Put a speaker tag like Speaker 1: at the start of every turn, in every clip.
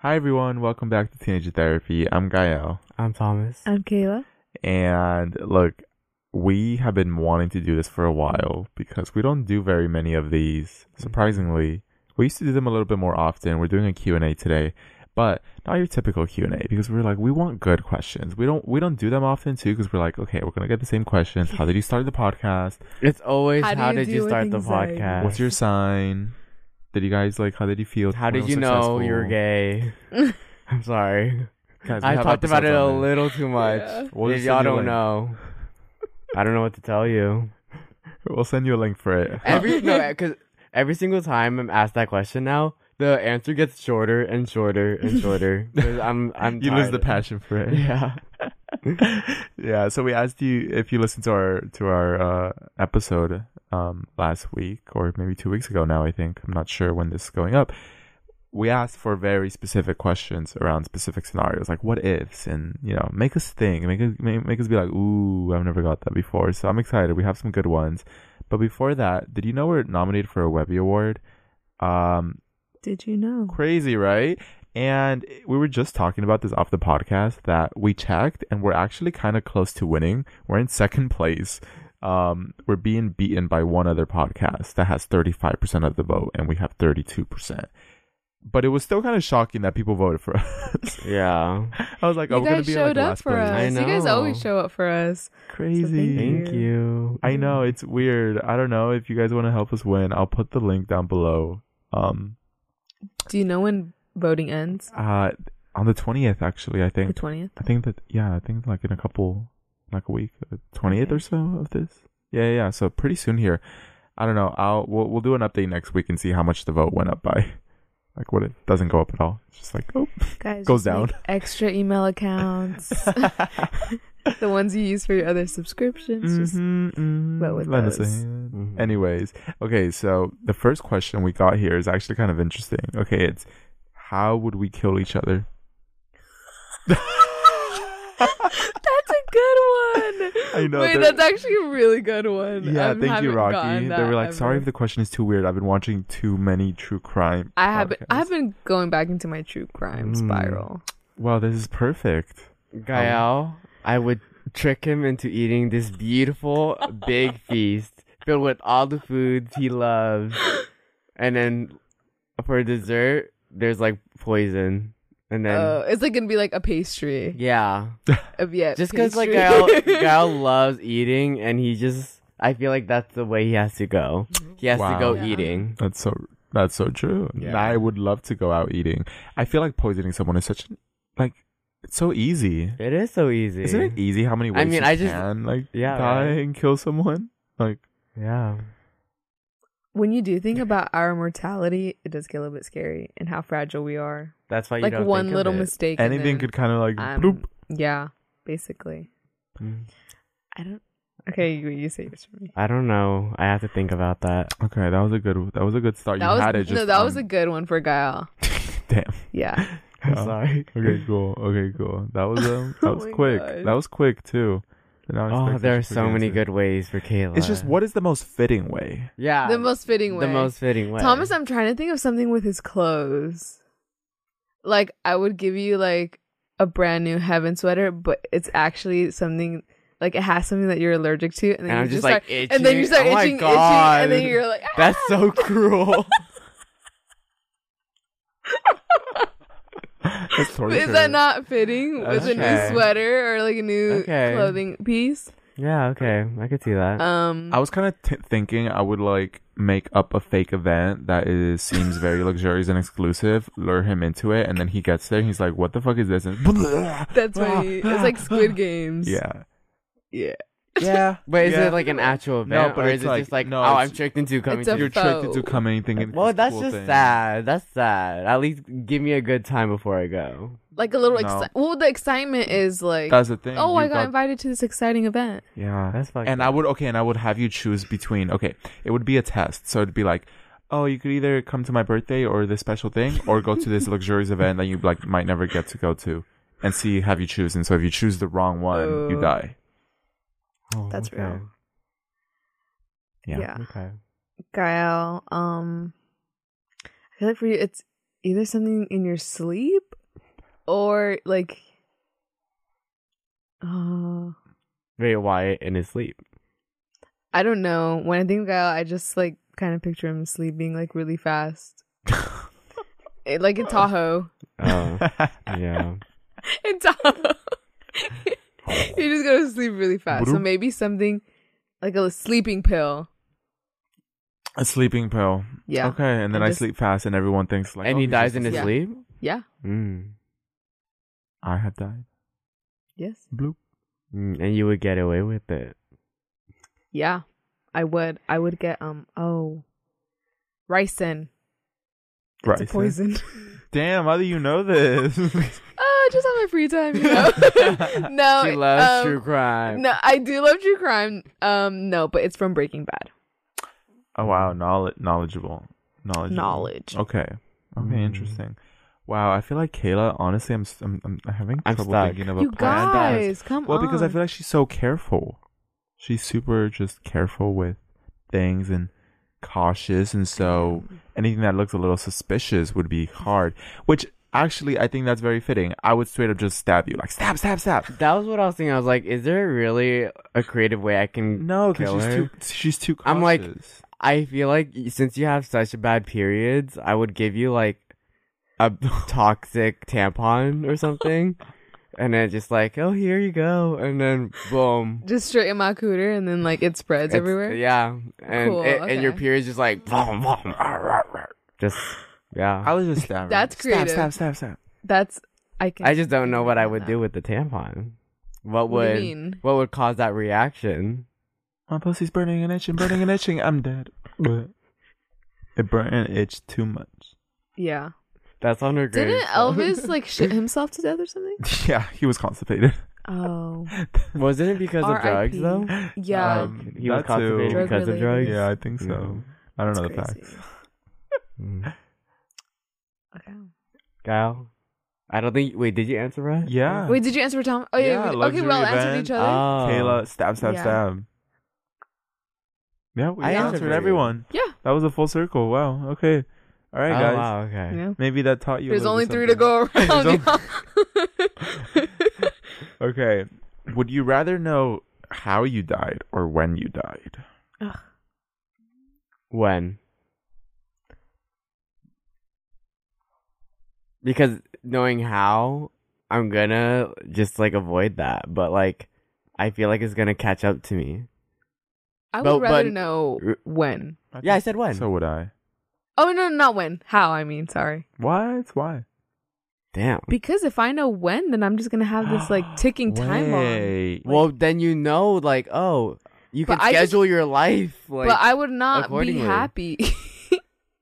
Speaker 1: Hi everyone, welcome back to Teenager Therapy. I'm Gael.
Speaker 2: I'm Thomas.
Speaker 3: I'm Kayla.
Speaker 1: And look, we have been wanting to do this for a while because we don't do very many of these. Surprisingly, we used to do them a little bit more often. We're doing a Q&A today, but not your typical Q&A because we're like we want good questions. We don't we don't do them often too because we're like, okay, we're going to get the same questions. How did you start the podcast?
Speaker 2: It's always
Speaker 3: How
Speaker 2: how,
Speaker 3: do you
Speaker 2: did
Speaker 3: deal
Speaker 2: you
Speaker 3: with
Speaker 2: start the
Speaker 3: anxiety?
Speaker 2: podcast?
Speaker 1: What's your sign? Did you guys like how did you feel?
Speaker 2: How
Speaker 1: when it
Speaker 2: did
Speaker 1: was
Speaker 2: you know you were
Speaker 1: successful?
Speaker 2: gay? I'm sorry.
Speaker 1: Guys, we
Speaker 2: I
Speaker 1: have
Speaker 2: talked about it
Speaker 1: episodes
Speaker 2: a
Speaker 1: on this.
Speaker 2: little too much.
Speaker 3: Yeah.
Speaker 1: We'll
Speaker 2: if
Speaker 1: just
Speaker 2: y'all
Speaker 1: send you a
Speaker 2: don't
Speaker 1: link.
Speaker 2: know, I don't know what to tell you.
Speaker 1: We'll send you a link for it.
Speaker 2: Every no, because every single time I'm asked that question now, the answer gets shorter and shorter and shorter. 'Cause I'm I'm
Speaker 1: you lose the
Speaker 2: tired.
Speaker 1: passion for it.
Speaker 2: Yeah.
Speaker 1: yeah, so we asked you if you listened to our to our uh, episode um, last week or maybe two weeks ago now. I think I'm not sure when this is going up. We asked for very specific questions around specific scenarios, like what ifs, and you know, make us think, make us make, make us be like, ooh, I've never got that before. So I'm excited. We have some good ones. But before that, did you know we're nominated for a Webby Award? Um,
Speaker 3: Did you know?
Speaker 1: crazy, right? And we were just talking about this off the podcast that we checked and we're actually kind of close to winning. We're in second place. Um, we're being beaten by one other podcast that has 35% of the vote and we have 32%. But it was still kind of shocking that people voted for us.
Speaker 2: Yeah.
Speaker 1: I was like, oh,
Speaker 3: you
Speaker 1: we're going
Speaker 3: guys
Speaker 1: to be in,
Speaker 3: showed
Speaker 1: like
Speaker 3: up
Speaker 1: last
Speaker 3: for
Speaker 1: place.
Speaker 2: I
Speaker 3: us. You guys
Speaker 2: know.
Speaker 3: always show up for us.
Speaker 1: Crazy.
Speaker 3: you.
Speaker 2: Thank you.
Speaker 1: I know it's weird. I don't know if you guys want to help us win. I'll put the link down below. Um,
Speaker 3: Do you know when voting ends?
Speaker 1: uh, on the 20th, actually, I think.
Speaker 3: The twentieth.
Speaker 1: I think that yeah, I think like in a couple, like a week, twentieth or so of this. Yeah, yeah, yeah. So pretty soon here. I don't know. I'll we'll, we'll do an update next week and see how much the vote went up by. Like what it doesn't go up at all. It's just like oh,
Speaker 3: Guys
Speaker 1: Goes
Speaker 3: just make Extra email accounts, the ones you use for your other subscriptions. Just
Speaker 1: Mhm, mhm.
Speaker 3: vote with
Speaker 1: Lend us a
Speaker 3: those. Mm-hmm.
Speaker 1: hand.
Speaker 2: Mhm.
Speaker 1: Anyways, okay. So the first question we got here is actually kind of interesting. Okay, it's how would we kill each other?
Speaker 3: that's a good one.
Speaker 1: Mm-hmm. I know,
Speaker 3: Wait,
Speaker 1: they're-
Speaker 3: that's actually a really good one.
Speaker 1: Yeah,
Speaker 3: I
Speaker 1: thank you,
Speaker 3: haven't
Speaker 1: Rocky.
Speaker 3: gotten
Speaker 1: They
Speaker 3: that
Speaker 1: were like, sorry if
Speaker 3: ever.
Speaker 1: the question is too weird. I've been watching too many true crime.
Speaker 3: I have been, I
Speaker 1: podcasts."
Speaker 3: have been going back into my true crime
Speaker 2: Mm.
Speaker 3: spiral.
Speaker 1: Wow, this is perfect. Um,
Speaker 2: Gael, I would trick him into eating this beautiful big feast filled with all the foods he loves. And then for dessert, there's like poison. And then,
Speaker 1: Uh,
Speaker 3: Oh, it's like gonna be like a pastry.
Speaker 2: yeah.
Speaker 3: Of yeah,
Speaker 2: Just because like Gael,
Speaker 3: pastry.
Speaker 2: Gael loves eating and he just, I feel like that's the way he has to go. He has
Speaker 1: Mm-hmm. Wow.
Speaker 2: to go
Speaker 3: Yeah.
Speaker 2: eating.
Speaker 1: That's so that's so true.
Speaker 2: Yeah.
Speaker 1: I would love to go out eating. I feel like poisoning someone is such like it's so easy.
Speaker 2: It is so easy.
Speaker 1: Isn't it easy how many ways
Speaker 2: I mean,
Speaker 1: you
Speaker 2: I just-
Speaker 1: can like
Speaker 2: Yeah,
Speaker 1: die
Speaker 2: right.
Speaker 1: and kill someone? Like
Speaker 2: Yeah.
Speaker 3: when you do think about our mortality, it does get a little bit scary and how fragile we are.
Speaker 2: That's why you
Speaker 3: like
Speaker 2: don't
Speaker 3: one
Speaker 2: think of
Speaker 3: little
Speaker 2: it.
Speaker 3: mistake. and
Speaker 1: anything
Speaker 3: then
Speaker 1: could kind of like
Speaker 2: um,
Speaker 3: I'm-
Speaker 1: bloop.
Speaker 3: Yeah, basically.
Speaker 2: Mm.
Speaker 3: I don't. Okay, you, you say yours for me.
Speaker 2: I don't know. I have to think about that.
Speaker 1: Okay, that was a good that was a good start.
Speaker 3: That
Speaker 1: you
Speaker 3: was
Speaker 1: had it just
Speaker 3: no, that was a
Speaker 1: on-
Speaker 3: good one for Guile.
Speaker 1: damn.
Speaker 3: Yeah,
Speaker 2: I'm
Speaker 1: Yeah.
Speaker 2: sorry.
Speaker 1: Oh. Okay, cool. Okay, cool. That was um, that
Speaker 3: Oh
Speaker 1: was
Speaker 3: my
Speaker 1: quick.
Speaker 3: gosh.
Speaker 1: That was quick too. Did not
Speaker 2: Oh,
Speaker 1: expect
Speaker 2: there are
Speaker 1: such a quick
Speaker 2: so many
Speaker 1: answer.
Speaker 2: good ways for Kayla.
Speaker 1: It's just what is the most fitting way?
Speaker 2: Yeah.
Speaker 3: the most fitting way.
Speaker 2: The most fitting way.
Speaker 3: Thomas, I'm trying to think of something with his clothes. Like I would give you like a brand new heaven sweater, but it's actually something like it has something that you're allergic to, and then
Speaker 2: and
Speaker 3: you
Speaker 2: I'm
Speaker 3: just
Speaker 2: just
Speaker 3: start
Speaker 2: like itching.
Speaker 3: and then you start
Speaker 2: oh my
Speaker 3: itching, itching,
Speaker 2: God.
Speaker 3: and then you're like, "Ah!"
Speaker 2: That's so cruel.
Speaker 1: It's
Speaker 3: is
Speaker 1: torture.
Speaker 3: that not fitting with a
Speaker 2: Okay.
Speaker 3: new sweater or like a new
Speaker 2: Okay.
Speaker 3: clothing piece?
Speaker 2: yeah. Okay. I could see that.
Speaker 3: Um,
Speaker 1: I was kind of t- thinking I would like make up a fake event that is seems very luxurious and exclusive, lure him into it, and then he gets there and he's like, "What the fuck is this?" And
Speaker 3: that's funny. It's like Squid Games.
Speaker 1: yeah,
Speaker 3: yeah.
Speaker 1: yeah.
Speaker 2: but is
Speaker 1: yeah.
Speaker 2: it like an actual event,
Speaker 1: but
Speaker 2: or
Speaker 1: it's
Speaker 2: is it
Speaker 1: like-
Speaker 2: just like,
Speaker 1: no,
Speaker 2: oh,
Speaker 1: it's-
Speaker 2: I'm tricked into coming
Speaker 3: It's a
Speaker 2: to
Speaker 1: You're
Speaker 2: your?
Speaker 3: f-
Speaker 1: tricked
Speaker 3: Faux.
Speaker 1: into coming thinking.
Speaker 2: Well,
Speaker 1: it's
Speaker 2: that's
Speaker 1: cool
Speaker 2: just
Speaker 1: thing.
Speaker 2: sad. That's sad. At least give me a good time before I go.
Speaker 3: Like a little.
Speaker 1: No.
Speaker 3: Exci- well, the excitement is like,
Speaker 1: That's the thing.
Speaker 3: oh,
Speaker 1: you
Speaker 3: I got, invited to this exciting event.
Speaker 1: Yeah,
Speaker 2: That's fucked
Speaker 1: And I would okay, and I would have you choose between. Okay, it would be a test, so it'd be like, oh, you could either come to my birthday or this special thing, or go to this luxurious event that you like might never get to go to, and see have you choose. And so if you choose the wrong one, you
Speaker 3: Oh.
Speaker 1: die.
Speaker 2: Oh,
Speaker 3: That's
Speaker 2: okay.
Speaker 3: real.
Speaker 1: Yeah.
Speaker 2: Okay.
Speaker 3: Gael, um, I feel like for you, it's either something in your sleep or like oh
Speaker 2: Ray Wyatt in his sleep.
Speaker 3: I don't know. When I think of Guile, I just like kind of picture him sleeping like really fast. It- like in Tahoe.
Speaker 2: Oh, yeah.
Speaker 3: In Tahoe. you just go to sleep really fast. So
Speaker 1: Bloop.
Speaker 3: maybe something like a sleeping pill.
Speaker 1: A sleeping pill.
Speaker 3: Yeah.
Speaker 1: Okay, and then
Speaker 3: I
Speaker 1: I,
Speaker 3: just-
Speaker 1: sleep fast, and everyone thinks like,
Speaker 2: and
Speaker 1: oh,
Speaker 2: he
Speaker 1: he's
Speaker 2: dies
Speaker 1: just
Speaker 2: in his
Speaker 1: asleep.
Speaker 3: Yeah.
Speaker 2: sleep.
Speaker 3: Yeah.
Speaker 2: Mm.
Speaker 1: I have died.
Speaker 3: Yes.
Speaker 1: Bloop.
Speaker 2: Mm, And you would get away with it.
Speaker 3: Yeah. I would. I would get um oh ricin. It's a
Speaker 1: Right.
Speaker 3: poison.
Speaker 1: Damn, how do you know this?
Speaker 3: oh, just on my free time, you know. no.
Speaker 2: she
Speaker 3: um,
Speaker 2: loves true crime.
Speaker 3: No, I do love true crime. Um, no, but it's from Breaking Bad.
Speaker 1: oh wow, knowledge, knowledgeable, knowledgeable,
Speaker 3: Knowledge.
Speaker 1: Okay. Okay,
Speaker 2: Mm.
Speaker 1: interesting. Wow, I feel like Kayla. Honestly, I'm s- I'm, I'm having
Speaker 2: I'm
Speaker 1: trouble
Speaker 2: stuck.
Speaker 1: thinking of a
Speaker 3: You
Speaker 1: plan.
Speaker 3: guys, come
Speaker 1: Well,
Speaker 3: on.
Speaker 1: because I feel like she's so careful. She's super just careful with things and cautious, and so anything that looks a little suspicious would be hard. Which actually, I think that's very fitting. I would straight up just stab you, like stab, stab, stab.
Speaker 2: That was what I was thinking. I was like, is there really a creative way I can?
Speaker 1: No,
Speaker 2: kill
Speaker 1: because she's
Speaker 2: her?
Speaker 1: too she's too. Cautious.
Speaker 2: I'm like- I feel like y- since you have such bad periods, I would give you like a toxic tampon or something, and then just like, oh, here you go, and then boom,
Speaker 3: just straight in my cooter, and then like it spreads
Speaker 2: It's-
Speaker 3: everywhere.
Speaker 2: Yeah, and
Speaker 3: Cool,
Speaker 2: it- and your
Speaker 3: okay.
Speaker 2: periods just like, boom, boom, rawr, rawr, rawr. just
Speaker 1: I
Speaker 2: yeah.
Speaker 1: was just stab. her.
Speaker 3: That's creative.
Speaker 1: Stab, stab, stab, stab.
Speaker 3: That's I can.
Speaker 2: I just don't know what I would do with the tampon. What
Speaker 3: What do you
Speaker 2: would
Speaker 3: mean?
Speaker 2: what would cause that reaction?
Speaker 1: My pussy's burning and itching, burning and itching. I'm dead. But it burned and itched too much.
Speaker 3: Yeah.
Speaker 2: That's on her grave.
Speaker 3: Didn't Elvis like shit himself to death or something?
Speaker 1: Yeah, he was constipated.
Speaker 3: Oh,
Speaker 2: Um, Wasn't it because of drugs
Speaker 3: R.I.P..
Speaker 2: though?
Speaker 3: yeah.
Speaker 1: Um,
Speaker 2: Like, he was
Speaker 1: that too.
Speaker 2: constipated
Speaker 3: Drug
Speaker 2: because of drugs.
Speaker 3: related.
Speaker 1: Yeah, I think so.
Speaker 2: Mm.
Speaker 1: I don't
Speaker 3: That's
Speaker 1: know the
Speaker 3: crazy.
Speaker 1: facts.
Speaker 2: Mm.
Speaker 3: Okay.
Speaker 2: Kyle, I don't think. Wait, did you answer right?
Speaker 1: Yeah.
Speaker 3: Wait, did you answer for Tom? Oh yeah.
Speaker 1: Yeah,
Speaker 3: we- okay, we
Speaker 1: luxury
Speaker 3: all answered
Speaker 1: event.
Speaker 3: each other.
Speaker 2: Oh.
Speaker 1: Kayla, stab, stab,
Speaker 3: Yeah.
Speaker 1: stab. Yeah, we
Speaker 2: I
Speaker 1: answered,
Speaker 2: answered.
Speaker 1: everyone.
Speaker 3: Yeah.
Speaker 1: That was a full circle. Wow. Okay. All
Speaker 2: Oh,
Speaker 1: right, guys.
Speaker 2: wow, okay.
Speaker 3: yeah.
Speaker 1: Maybe that taught you. a
Speaker 3: There's
Speaker 1: little
Speaker 3: only
Speaker 1: bit
Speaker 3: three to
Speaker 1: something.
Speaker 3: go around. y'all.
Speaker 1: Okay. Would you rather know how you died or when you died?
Speaker 2: When? Because knowing how, I'm gonna just like avoid that. But like, I feel like it's gonna catch up to me.
Speaker 3: I would
Speaker 2: But-
Speaker 3: rather
Speaker 2: but-
Speaker 3: know when.
Speaker 2: Yeah, I said when.
Speaker 1: So would I.
Speaker 3: Oh no, not when. How? I mean, sorry.
Speaker 1: What? Why?
Speaker 2: Damn.
Speaker 3: Because if I know when, then I'm just gonna have this like ticking time bomb.
Speaker 1: Wait.
Speaker 2: well, then you know, like, oh, you can
Speaker 3: But I just-
Speaker 2: schedule your life. Like,
Speaker 3: but I would not be
Speaker 2: accordingly.
Speaker 3: happy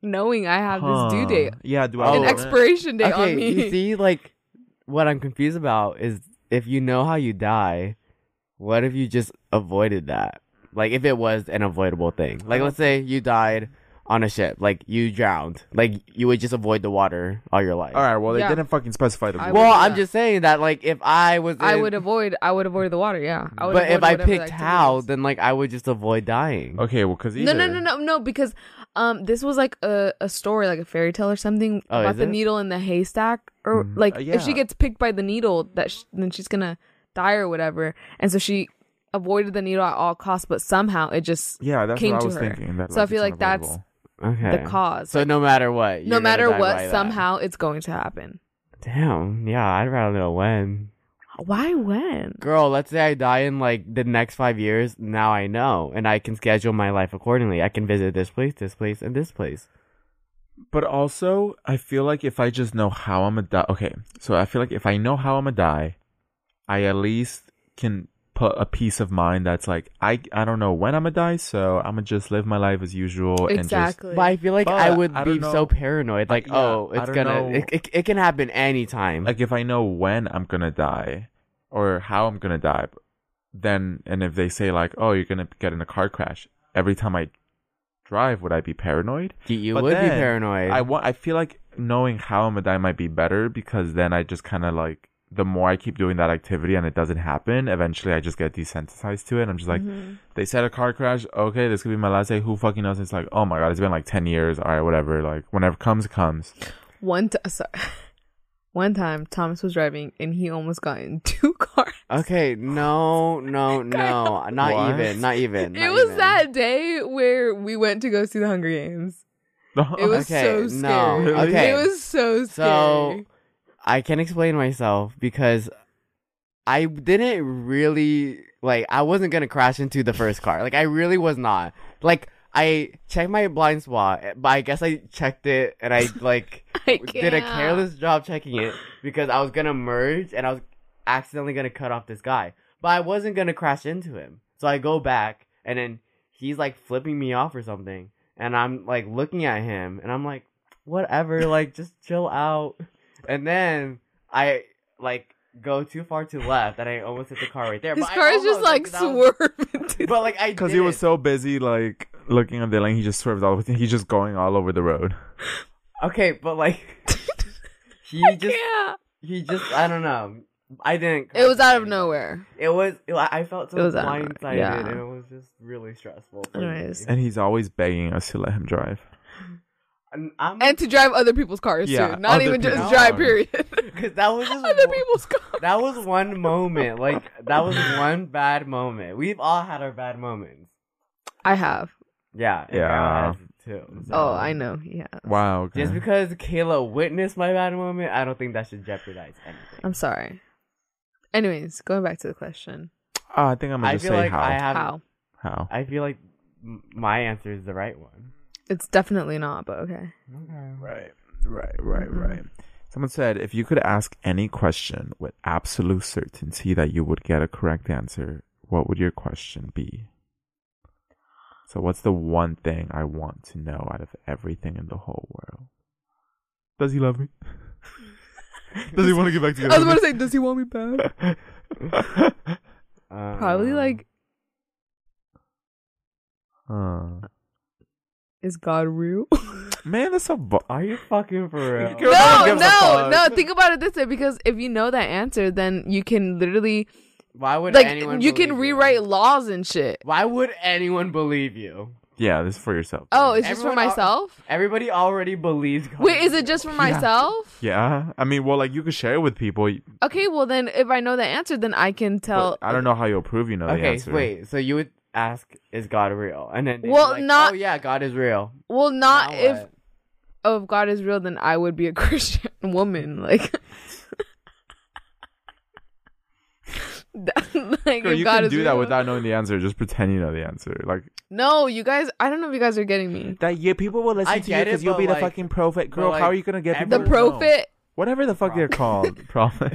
Speaker 3: knowing I have this
Speaker 1: Huh.
Speaker 3: due date,
Speaker 1: Yeah, do I?
Speaker 2: Oh.
Speaker 3: an
Speaker 1: know that?
Speaker 3: expiration date
Speaker 2: okay,
Speaker 3: on me.
Speaker 2: you see, like, what I'm confused about is if you know how you die, what if you just avoided that? Like, if it was an avoidable thing, like, let's say you died on a ship, like you drowned, like you would just avoid the water all your life.
Speaker 1: All right. Well, they
Speaker 3: Yeah.
Speaker 1: didn't fucking specify the
Speaker 3: I
Speaker 1: rule.
Speaker 3: would
Speaker 2: Well,
Speaker 3: do
Speaker 2: I'm
Speaker 3: that.
Speaker 2: just saying that, like, if I was,
Speaker 3: I
Speaker 2: in-
Speaker 3: would avoid. I would avoid the water. Yeah. I would
Speaker 2: but
Speaker 3: avoid
Speaker 2: if I
Speaker 3: whatever the
Speaker 2: picked
Speaker 3: activity
Speaker 2: how,
Speaker 3: was.
Speaker 2: then like I would just avoid dying.
Speaker 1: okay. Well, because
Speaker 3: No, no, no, no, no. Because um, this was like a, a story, like a fairy tale or something
Speaker 2: Oh,
Speaker 3: about
Speaker 2: is
Speaker 3: the
Speaker 2: it? Mm-hmm. Oh,
Speaker 3: needle in the haystack, or
Speaker 1: Mhm.
Speaker 3: like
Speaker 1: Uh,
Speaker 3: if she
Speaker 1: yeah.
Speaker 3: gets picked by the needle, that sh- then she's gonna die or whatever. And so she avoided the needle at all costs, but somehow it just
Speaker 1: Yeah, that's
Speaker 3: came
Speaker 1: what I
Speaker 3: to
Speaker 1: was
Speaker 3: her.
Speaker 1: thinking. That,
Speaker 3: So I
Speaker 1: like,
Speaker 3: feel
Speaker 1: it's
Speaker 3: like that's-
Speaker 1: unavoidable.
Speaker 2: Okay.
Speaker 3: the cause.
Speaker 2: So no matter
Speaker 3: no
Speaker 2: what, you're gonna
Speaker 3: matter
Speaker 2: die by
Speaker 3: what,
Speaker 2: that.
Speaker 3: somehow it's going to happen.
Speaker 2: Damn. Yeah, I'd rather know when.
Speaker 3: Why when?
Speaker 2: girl, let's say I die in like the next five years. Now I know, and I can schedule my life accordingly. I can visit this place, this place, and this place.
Speaker 1: But also, I feel like if I just know how I'm gonna die. Okay, so I feel like if I know how I'm gonna die, I at least can put a peace of mind that's like I I don't know when I'm gonna die, so I'm gonna just live my life as usual and just
Speaker 3: Exactly.
Speaker 2: But I feel like I
Speaker 1: But
Speaker 2: would
Speaker 1: I
Speaker 2: be
Speaker 1: don't
Speaker 2: so
Speaker 1: know-
Speaker 2: paranoid, like,
Speaker 1: yeah,
Speaker 2: oh,
Speaker 1: I
Speaker 2: it's
Speaker 1: don't
Speaker 2: gonna,
Speaker 1: know.
Speaker 2: it, it, it can happen anytime.
Speaker 1: like if I know when I'm gonna die or how I'm gonna die, then and if they say like oh you're gonna get in a car crash every time I drive, would I be paranoid?
Speaker 2: you you
Speaker 1: But
Speaker 2: would be
Speaker 1: then,
Speaker 2: paranoid.
Speaker 1: I want. I feel like knowing how I'm gonna die might be better because then I just kind of like the more I keep doing that activity and it doesn't happen, eventually I just get desensitized to it. I'm just
Speaker 2: Mm-hmm.
Speaker 1: like,
Speaker 3: Mm-hmm.
Speaker 1: they said a car crash. Okay, this could be my last day. Who fucking knows? It's like, oh my god, it's been like ten years. All right, whatever. Like whenever comes, comes.
Speaker 3: One t- sorry. uh, One time, Thomas was driving and he almost got in two cars.
Speaker 2: Okay, no, no, no, not
Speaker 1: What?
Speaker 2: even, not even.
Speaker 3: it
Speaker 2: not
Speaker 3: was
Speaker 2: even.
Speaker 3: that day where we went to go see the Hunger Games. It was
Speaker 2: Okay,
Speaker 3: so
Speaker 2: no,
Speaker 3: scary.
Speaker 1: okay.
Speaker 3: It was so
Speaker 2: So-
Speaker 3: scary.
Speaker 2: I can explain myself because I didn't really like. I wasn't gonna crash into the first car. Like I really was not. Like I checked my blind spot, but I guess I checked it and I like
Speaker 3: I
Speaker 2: did a
Speaker 3: can't.
Speaker 2: careless job checking it because I was gonna merge and I was accidentally gonna cut off this guy. But I wasn't gonna crash into him. So I go back and then he's like flipping me off or something. And I'm like looking at him and I'm like, whatever, like just chill out. And then I like go too far to left and I almost hit the car right there.
Speaker 3: His
Speaker 2: but I
Speaker 3: car is just
Speaker 2: almost,
Speaker 3: like
Speaker 2: that was-
Speaker 3: swerving. to-
Speaker 2: But like I
Speaker 1: because he was
Speaker 2: didn't.
Speaker 1: so busy like looking at the lane, he just swerved all. He's just going all over the road.
Speaker 2: okay, but like he just
Speaker 3: yeah.
Speaker 2: he just I don't know. I didn't.
Speaker 3: It was
Speaker 2: crash
Speaker 3: out of
Speaker 2: into anybody.
Speaker 3: nowhere.
Speaker 2: It was. I I felt so
Speaker 3: It was out of nowhere,
Speaker 2: blindsided,
Speaker 3: yeah.
Speaker 2: and it was just really stressful. For
Speaker 3: Anyways.
Speaker 2: me.
Speaker 1: And he's always begging us to let him drive.
Speaker 2: And I'm
Speaker 3: And to drive other people's cars
Speaker 1: Yeah,
Speaker 3: too. Not
Speaker 1: other
Speaker 3: even just
Speaker 1: people's
Speaker 3: drive,
Speaker 1: cars.
Speaker 3: period.
Speaker 2: because that was just
Speaker 3: other
Speaker 2: one-
Speaker 3: people's cars.
Speaker 2: that was one moment. Like that was one bad moment. We've all had our bad moments.
Speaker 3: I have.
Speaker 2: Yeah. and
Speaker 1: Yeah.
Speaker 2: Kyle has Too. so.
Speaker 3: Oh, I know. Yeah.
Speaker 1: Wow. Okay.
Speaker 2: Just because Kayla witnessed my bad moment, I don't think that should jeopardize anything.
Speaker 3: I'm sorry. Anyways, going back to the question.
Speaker 1: Oh, I think I'm gonna
Speaker 2: I
Speaker 1: just
Speaker 2: feel
Speaker 1: say
Speaker 2: like
Speaker 1: how.
Speaker 2: I have.
Speaker 3: How?
Speaker 1: how.
Speaker 2: I feel like m- my answer is the right one.
Speaker 3: It's definitely not, but okay.
Speaker 2: Okay.
Speaker 1: Right, right, right,
Speaker 2: Mm-hmm.
Speaker 3: Mhm.
Speaker 1: right. Someone said if you could ask any question with absolute certainty that you would get a correct answer, what would your question be? So, what's the one thing I want to know out of everything in the whole world? Does he love me? Does he want to get back
Speaker 3: I was
Speaker 1: together?
Speaker 3: about to
Speaker 1: with
Speaker 3: say, does he want me back?
Speaker 1: me?
Speaker 2: Um,
Speaker 3: Probably
Speaker 2: Uh,
Speaker 3: like,
Speaker 1: Huh.
Speaker 3: is God real?
Speaker 1: man, that's so. Bu-
Speaker 2: Are you fucking for real?
Speaker 1: Girl, no one
Speaker 3: no,
Speaker 1: gives a
Speaker 3: no, no.
Speaker 1: fuck.
Speaker 3: Think about it this way because if you know that answer, then you can literally,
Speaker 2: Why would anyone
Speaker 3: like, you
Speaker 2: believe
Speaker 3: can rewrite
Speaker 2: You?
Speaker 3: laws and shit.
Speaker 2: Why would anyone believe you?
Speaker 1: yeah, this is for yourself.
Speaker 3: Oh, it's just for
Speaker 2: Everyone al-
Speaker 3: myself?
Speaker 2: Everybody already believes. God
Speaker 3: Wait, is it just for
Speaker 1: Yeah.
Speaker 3: myself?
Speaker 1: yeah. I mean, well, like you could share it with people.
Speaker 3: Okay, well, then if I know the answer, then I can tell.
Speaker 1: but I don't know how you'll prove you know the
Speaker 2: Okay,
Speaker 1: answer.
Speaker 2: wait. So you would ask, "Is God real?" And then they'd be
Speaker 3: Well,
Speaker 2: like,
Speaker 3: not-
Speaker 2: Oh yeah, God is real.
Speaker 3: Well, not
Speaker 2: Now
Speaker 3: if
Speaker 2: what?
Speaker 3: oh, if God is real, then I would be a Christian woman. Like, that, like
Speaker 1: Girl,
Speaker 3: if
Speaker 1: you
Speaker 3: God
Speaker 1: can
Speaker 3: is
Speaker 1: do that
Speaker 3: real-
Speaker 1: without knowing the answer. Just pretend you know the answer. Like
Speaker 3: No, you guys. I don't know if you guys are getting me.
Speaker 1: that. Yeah, people will listen
Speaker 2: I
Speaker 1: to you
Speaker 2: get it,
Speaker 1: because you'll
Speaker 2: but,
Speaker 1: be the
Speaker 2: like-
Speaker 1: fucking prophet.
Speaker 2: but,
Speaker 1: Girl,
Speaker 2: like,
Speaker 1: how are you gonna get people?
Speaker 3: The
Speaker 2: everyone-
Speaker 1: to know?
Speaker 3: prophet.
Speaker 1: whatever the fuck they're called, prophet.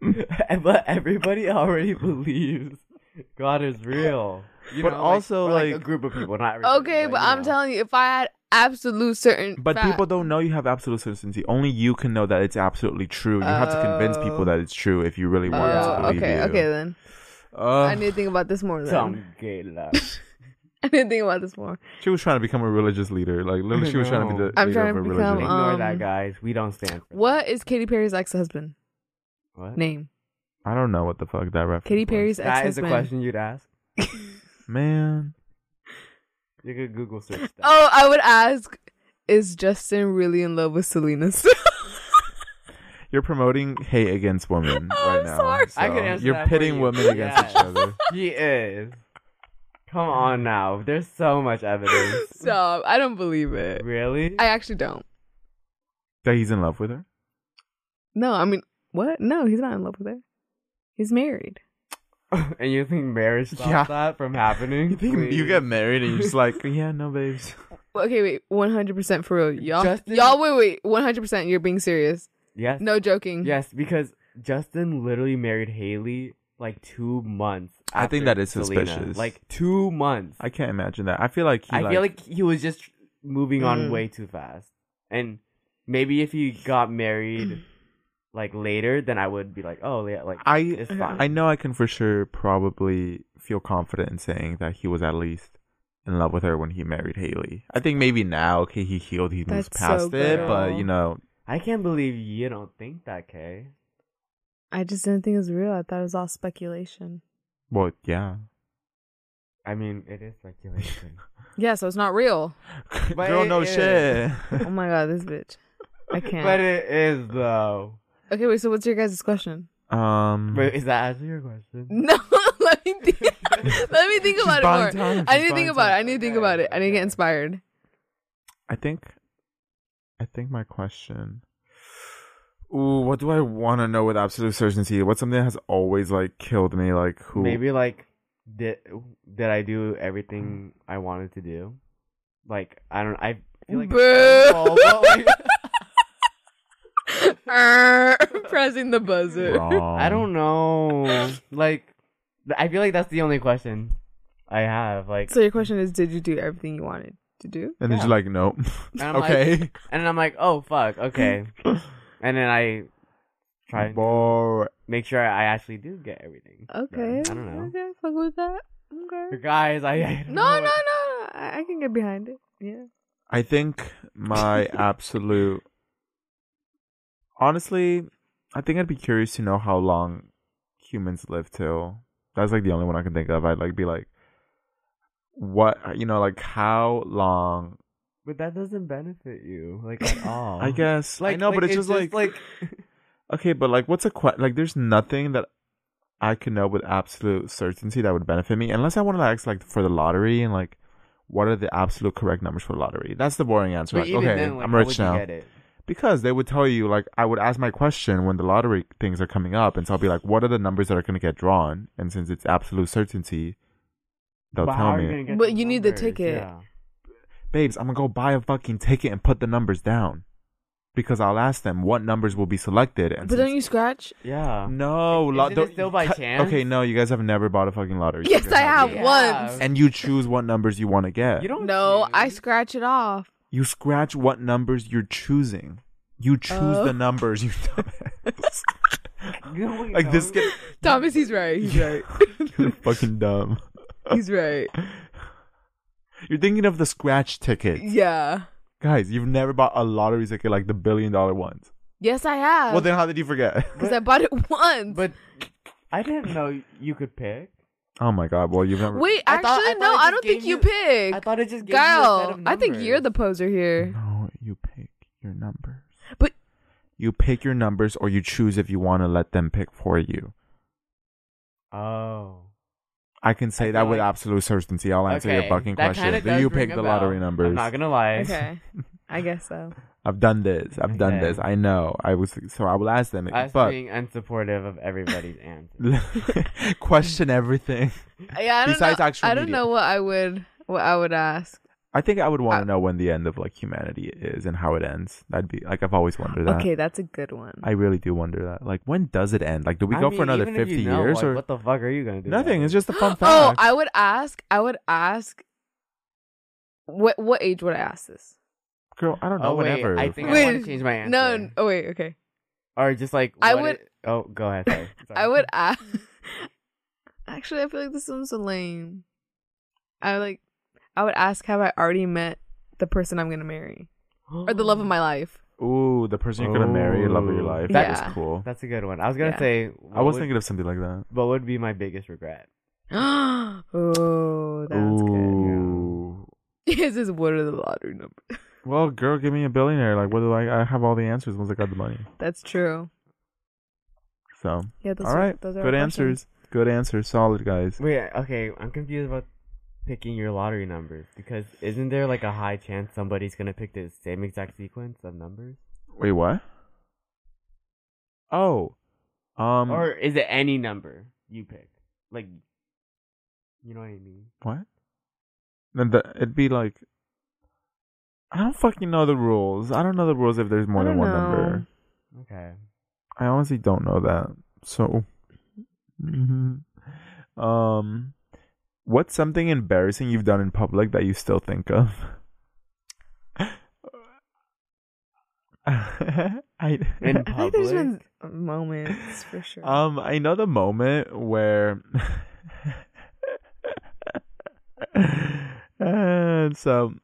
Speaker 2: but everybody already believes God is real. You
Speaker 1: But
Speaker 2: know,
Speaker 1: also,
Speaker 2: we're
Speaker 1: like-
Speaker 2: a group of people, not everybody,
Speaker 3: Okay,
Speaker 2: like,
Speaker 3: but
Speaker 2: you
Speaker 3: I'm
Speaker 2: know.
Speaker 3: telling you, if I had absolute certain,
Speaker 1: But
Speaker 3: fact-
Speaker 1: people don't know you have absolute certainty. Only you can know that it's absolutely true. You have to convince people
Speaker 3: Oh.
Speaker 1: that it's true if you really
Speaker 3: Oh,
Speaker 1: want to believe
Speaker 3: okay,
Speaker 1: you.
Speaker 3: okay then. I
Speaker 1: Ugh.
Speaker 3: need to think about this more. Then
Speaker 2: some gay love.
Speaker 3: I need to think about this more.
Speaker 1: she was trying to become a religious leader. Like literally, she was trying to be the
Speaker 3: I'm
Speaker 1: leader
Speaker 3: trying
Speaker 1: of
Speaker 3: to
Speaker 1: a
Speaker 3: become,
Speaker 1: religion.
Speaker 2: Ignore
Speaker 3: Um,
Speaker 2: that, guys. We don't stand. For
Speaker 3: What is Katy Perry's ex-husband
Speaker 2: That. What?
Speaker 3: name?
Speaker 1: I don't know what the fuck that reference.
Speaker 3: Katy
Speaker 1: was.
Speaker 3: Perry's
Speaker 2: That is a
Speaker 3: ex-husband.
Speaker 2: question you'd ask.
Speaker 1: man.
Speaker 2: You could Google search that.
Speaker 3: Oh, I would ask, is Justin really in love with Selena? Still?
Speaker 1: You're promoting hate against women
Speaker 3: Oh,
Speaker 1: right
Speaker 3: I'm
Speaker 1: now.
Speaker 3: sorry.
Speaker 2: I can
Speaker 1: so
Speaker 2: answer
Speaker 1: You're
Speaker 2: that for
Speaker 1: pitting
Speaker 2: you.
Speaker 1: women against each
Speaker 2: Yes.
Speaker 1: other.
Speaker 2: He is. Come on now. There's so much evidence.
Speaker 3: Stop! I don't believe it.
Speaker 2: really?
Speaker 3: I actually don't.
Speaker 1: That he's in love with her?
Speaker 3: No, I mean, what? No, he's not in love with her. He's married.
Speaker 2: and you think marriage stops
Speaker 1: Yeah.
Speaker 2: that from happening?
Speaker 1: You think you get married and you're just like, yeah, no, babes.
Speaker 3: Okay, wait, one hundred percent for real, y'all.
Speaker 2: Justin-
Speaker 3: Y'all, wait, wait, one hundred percent. You're being serious.
Speaker 2: yes,
Speaker 3: No joking.
Speaker 2: yes, because Justin literally married Haley like two months.
Speaker 1: I think
Speaker 2: after
Speaker 1: that is
Speaker 2: Selena.
Speaker 1: suspicious.
Speaker 2: Like two months.
Speaker 1: I can't imagine that. I feel like he.
Speaker 2: I
Speaker 1: like,
Speaker 2: feel like he was just moving on
Speaker 3: Mm.
Speaker 2: way too fast. And maybe if he got married like later, then I would be like, oh yeah, like
Speaker 1: I.
Speaker 2: it's fine.
Speaker 1: I know I can for sure probably feel confident in saying that he was at least in love with her when he married Haley. I think maybe now, okay, he healed, he moves
Speaker 3: That's
Speaker 1: past
Speaker 3: so
Speaker 1: it,
Speaker 3: good.
Speaker 1: but you know,
Speaker 2: I can't believe you don't think that, Kay.
Speaker 3: I just didn't think it was real. I thought it was all speculation.
Speaker 1: well, yeah.
Speaker 2: I mean, it is speculation.
Speaker 3: Yeah, so it's not real.
Speaker 2: But
Speaker 1: Girl,
Speaker 2: it
Speaker 1: no
Speaker 2: is.
Speaker 1: shit.
Speaker 3: oh my god, this bitch. I can't.
Speaker 2: But it is though.
Speaker 3: okay, wait. So what's your guys' question?
Speaker 1: Um,
Speaker 2: Wait, is that answer your question?
Speaker 3: No, let me think, let me think
Speaker 1: She's
Speaker 3: about
Speaker 1: buying
Speaker 3: it more.
Speaker 1: time,
Speaker 3: I
Speaker 1: she's
Speaker 3: need
Speaker 1: buying
Speaker 3: to think about it.
Speaker 1: time.
Speaker 3: I need to think
Speaker 2: Okay,
Speaker 3: about it. I need to get
Speaker 2: okay.
Speaker 3: inspired.
Speaker 1: I think, I think my question. Ooh, what do I want to know with absolute certainty? What's something that has always like killed me? Like who?
Speaker 2: Maybe like did did I do everything
Speaker 3: Mm.
Speaker 2: I wanted to do? Like I don't. I feel like.
Speaker 3: Boo.
Speaker 2: Well, but, like,
Speaker 3: Err, pressing the buzzer.
Speaker 1: Wrong.
Speaker 2: I don't know. Like, th- I feel like that's the only question I have. Like,
Speaker 3: So your question is, did you do everything you wanted to do?
Speaker 1: And then
Speaker 2: Yeah.
Speaker 1: she's like, nope.
Speaker 2: I'm like-
Speaker 1: okay.
Speaker 2: and I'm like, oh fuck, okay. and then I try to
Speaker 1: Boy.
Speaker 2: make sure I actually do get everything.
Speaker 3: Okay.
Speaker 2: I don't know.
Speaker 3: Okay, fuck with that. Okay.
Speaker 2: Guys, I, I don't
Speaker 3: No, no,
Speaker 2: know
Speaker 3: no.
Speaker 2: what-
Speaker 3: no. I, I can get behind it. Yeah.
Speaker 1: I think my absolute. Honestly, I think I'd be curious to know how long humans live till. That's like the only one I can think of. I'd like be like, what you know, like how long?
Speaker 2: But that doesn't benefit you like at all.
Speaker 1: I guess
Speaker 2: Uh-huh. Like,
Speaker 1: I know,
Speaker 2: like,
Speaker 1: but it's, just, like, okay, but like what's a que- like? There's nothing that I can know with absolute certainty that would benefit me, unless I want to ask like for the lottery and like. What are the absolute correct numbers for the lottery? That's the boring answer.
Speaker 2: but
Speaker 1: Like,
Speaker 2: even
Speaker 1: okay,
Speaker 2: then, like,
Speaker 1: I'm
Speaker 2: how
Speaker 1: rich
Speaker 2: would you
Speaker 1: now.
Speaker 2: get it?
Speaker 1: Because they would tell you, like, I would ask my question when the lottery things are coming up. And so I'll be like, what are the numbers that are going to get drawn? And since it's absolute certainty, they'll
Speaker 2: But how
Speaker 1: tell
Speaker 2: are
Speaker 1: me.
Speaker 2: you gonna get
Speaker 3: But
Speaker 2: those
Speaker 3: you need the
Speaker 2: numbers?
Speaker 3: ticket.
Speaker 2: Yeah.
Speaker 1: Babes, I'm going to go buy a fucking ticket and put the numbers down. Because I'll ask them what numbers will be selected. And
Speaker 3: But
Speaker 1: since-
Speaker 3: don't you scratch?
Speaker 2: Yeah.
Speaker 1: No,
Speaker 2: Isn't it
Speaker 1: don't-
Speaker 2: still by
Speaker 1: ca-
Speaker 2: chance?
Speaker 1: Okay, no, you guys have never bought a fucking lottery.
Speaker 3: Yes,
Speaker 1: ticket,
Speaker 3: I
Speaker 1: have
Speaker 3: have
Speaker 1: you?
Speaker 2: Yeah.
Speaker 3: once.
Speaker 1: And you choose what numbers you want to get.
Speaker 2: You don't.
Speaker 3: No, I
Speaker 2: choose.
Speaker 3: scratch it off.
Speaker 1: You scratch what numbers you're choosing. You choose
Speaker 3: Oh.
Speaker 1: the numbers, you dumbass.
Speaker 2: No, you
Speaker 1: like this
Speaker 2: don't.
Speaker 1: get
Speaker 3: Thomas, he's right. He's right.
Speaker 1: You're fucking dumb.
Speaker 3: he's right.
Speaker 1: You're thinking of the scratch ticket.
Speaker 3: Yeah.
Speaker 1: Guys, you've never bought a lottery ticket like the billion dollar ones.
Speaker 3: Yes, I have.
Speaker 1: Well, then how did you forget?
Speaker 3: because I bought it once.
Speaker 2: But I didn't know you could pick.
Speaker 1: Oh my god, well, you've never.
Speaker 3: Wait,
Speaker 2: I
Speaker 3: actually,
Speaker 2: thought- I thought
Speaker 3: no, I
Speaker 2: it just
Speaker 3: don't
Speaker 2: gave
Speaker 3: think you
Speaker 2: you-
Speaker 3: pick.
Speaker 2: I thought it just gave you a set
Speaker 3: Girl,
Speaker 2: of
Speaker 3: I think you're the
Speaker 2: numbers.
Speaker 3: poser here.
Speaker 1: No, you pick your numbers.
Speaker 3: But-
Speaker 1: You pick your numbers or you choose if you want to let them pick for you.
Speaker 2: Oh.
Speaker 1: I can say
Speaker 2: I
Speaker 1: that
Speaker 2: feel
Speaker 1: with
Speaker 2: like-
Speaker 1: absolute certainty. I'll answer your
Speaker 2: Okay,
Speaker 1: fucking
Speaker 2: that
Speaker 1: question.
Speaker 2: kinda
Speaker 1: Do
Speaker 2: does
Speaker 1: you
Speaker 2: ring
Speaker 1: pick
Speaker 2: a
Speaker 1: the
Speaker 2: bell.
Speaker 1: lottery numbers?
Speaker 2: I'm not gonna lie.
Speaker 3: Okay, I guess so.
Speaker 1: I've done this. I've done
Speaker 2: Okay.
Speaker 1: this. I know. I was so I will ask them.
Speaker 2: Us
Speaker 1: but
Speaker 2: being unsupportive of everybody's answer.
Speaker 1: question everything.
Speaker 3: Yeah, I don't
Speaker 1: Besides
Speaker 3: know.
Speaker 1: actual
Speaker 3: I don't
Speaker 1: media.
Speaker 3: know what I would what I would ask.
Speaker 1: I think I would want
Speaker 3: I-
Speaker 1: to
Speaker 2: Uh,
Speaker 1: know when the end of like humanity is and how it ends. That'd be like I've always wondered that.
Speaker 3: Okay, that's a good one.
Speaker 1: I really do wonder that. Like when does it end? Like do we
Speaker 2: I
Speaker 1: go
Speaker 2: mean,
Speaker 1: for another
Speaker 2: even if you
Speaker 1: fifty
Speaker 2: know,
Speaker 1: years
Speaker 2: like,
Speaker 1: or
Speaker 2: what the fuck are you gonna do?
Speaker 1: nothing?
Speaker 2: about
Speaker 1: It's
Speaker 2: it?
Speaker 1: just a fun fact.
Speaker 3: Oh, I would ask. I would ask. What what age would I ask this?
Speaker 1: Girl, I don't know.
Speaker 2: Oh wait,
Speaker 1: whenever.
Speaker 2: I think
Speaker 3: Wait.
Speaker 2: I want to change my answer.
Speaker 3: No, n- oh wait, okay.
Speaker 2: or just like
Speaker 3: I
Speaker 2: what
Speaker 3: would-
Speaker 2: it- oh, go ahead. Sorry.
Speaker 3: I would ask. Actually, I feel like this one's so lame. I like. I would ask, have I already met the person I'm gonna marry or the love of my life?
Speaker 1: Ooh, the person you're gonna marry, love of your life.
Speaker 2: Ooh.
Speaker 1: That
Speaker 3: Yeah.
Speaker 1: is cool.
Speaker 2: That's a good one. I was gonna
Speaker 3: Yeah.
Speaker 2: say.
Speaker 1: I was
Speaker 2: what would-
Speaker 1: thinking of something like that.
Speaker 2: What would be my biggest regret?
Speaker 3: oh, that's good.
Speaker 1: Ooh.
Speaker 3: His is what are the lottery number?
Speaker 1: Well, girl, give me a billionaire. Like, what do I? I have all the answers once I got the money.
Speaker 3: That's true.
Speaker 1: So,
Speaker 3: Yeah, those
Speaker 1: all
Speaker 3: are,
Speaker 1: right,
Speaker 3: Those are our
Speaker 1: good
Speaker 3: questions.
Speaker 1: answers. Good answers. Solid guys.
Speaker 2: Wait, okay, I'm confused about picking your lottery numbers because isn't there like a high chance somebody's gonna pick the same exact sequence of numbers?
Speaker 1: Wait, what? Oh, um,
Speaker 2: or is it any number you pick? Like, you know what I mean?
Speaker 1: what? Then the, it'd be like, I don't fucking know the rules. I don't know the rules if there's more
Speaker 3: I
Speaker 1: than
Speaker 3: don't
Speaker 1: one
Speaker 3: know.
Speaker 1: number.
Speaker 2: Okay.
Speaker 1: I honestly don't know that. So, mhm. um, what's something embarrassing you've done in public that you still think of? I
Speaker 2: In
Speaker 3: I think there's
Speaker 2: public?
Speaker 3: been moments for sure.
Speaker 1: Um, I know the moment where. and so,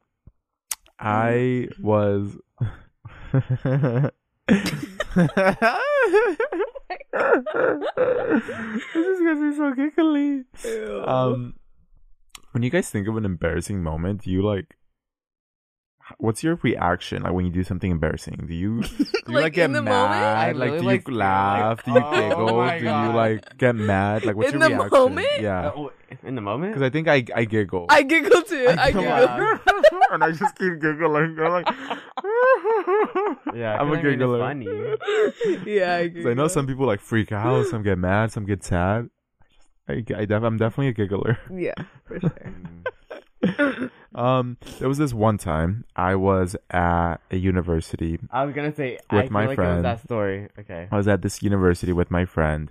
Speaker 1: I was. this is gonna be so giggly.
Speaker 3: Um,
Speaker 1: Um, when you guys think of an embarrassing moment, do you like what's your reaction like when you do something embarrassing? Do you do you like,
Speaker 3: Like,
Speaker 1: get
Speaker 3: in the
Speaker 1: mad?
Speaker 3: moment?
Speaker 2: I
Speaker 1: like
Speaker 2: really
Speaker 1: do
Speaker 2: like-
Speaker 1: you laugh?
Speaker 2: like,
Speaker 1: do you
Speaker 2: oh
Speaker 1: giggle?
Speaker 2: my
Speaker 1: do you
Speaker 2: God.
Speaker 1: like get mad? Like what's
Speaker 3: In
Speaker 1: your
Speaker 3: the
Speaker 1: reaction?
Speaker 3: moment?
Speaker 1: Yeah,
Speaker 2: Oh, in the
Speaker 1: because
Speaker 2: moment,
Speaker 1: I think I I giggle.
Speaker 3: I giggle too. I,
Speaker 2: come
Speaker 3: giggle.
Speaker 2: on.
Speaker 1: and I just keep giggling. I'm like,
Speaker 2: yeah,
Speaker 1: I'm
Speaker 2: 'cause
Speaker 1: a
Speaker 2: I mean, it's
Speaker 1: giggler.
Speaker 2: Funny.
Speaker 3: yeah, I
Speaker 1: So
Speaker 3: giggle.
Speaker 1: I know some people like freak out, some get mad, some get sad. I, I def- I'm definitely a giggler.
Speaker 3: Yeah, for sure.
Speaker 1: Um, there was this one time I was at a university.
Speaker 2: I was gonna say I
Speaker 1: With
Speaker 2: feel
Speaker 1: my
Speaker 2: like it was
Speaker 1: friend.
Speaker 2: that story. Okay.
Speaker 1: I was at this university with my friend,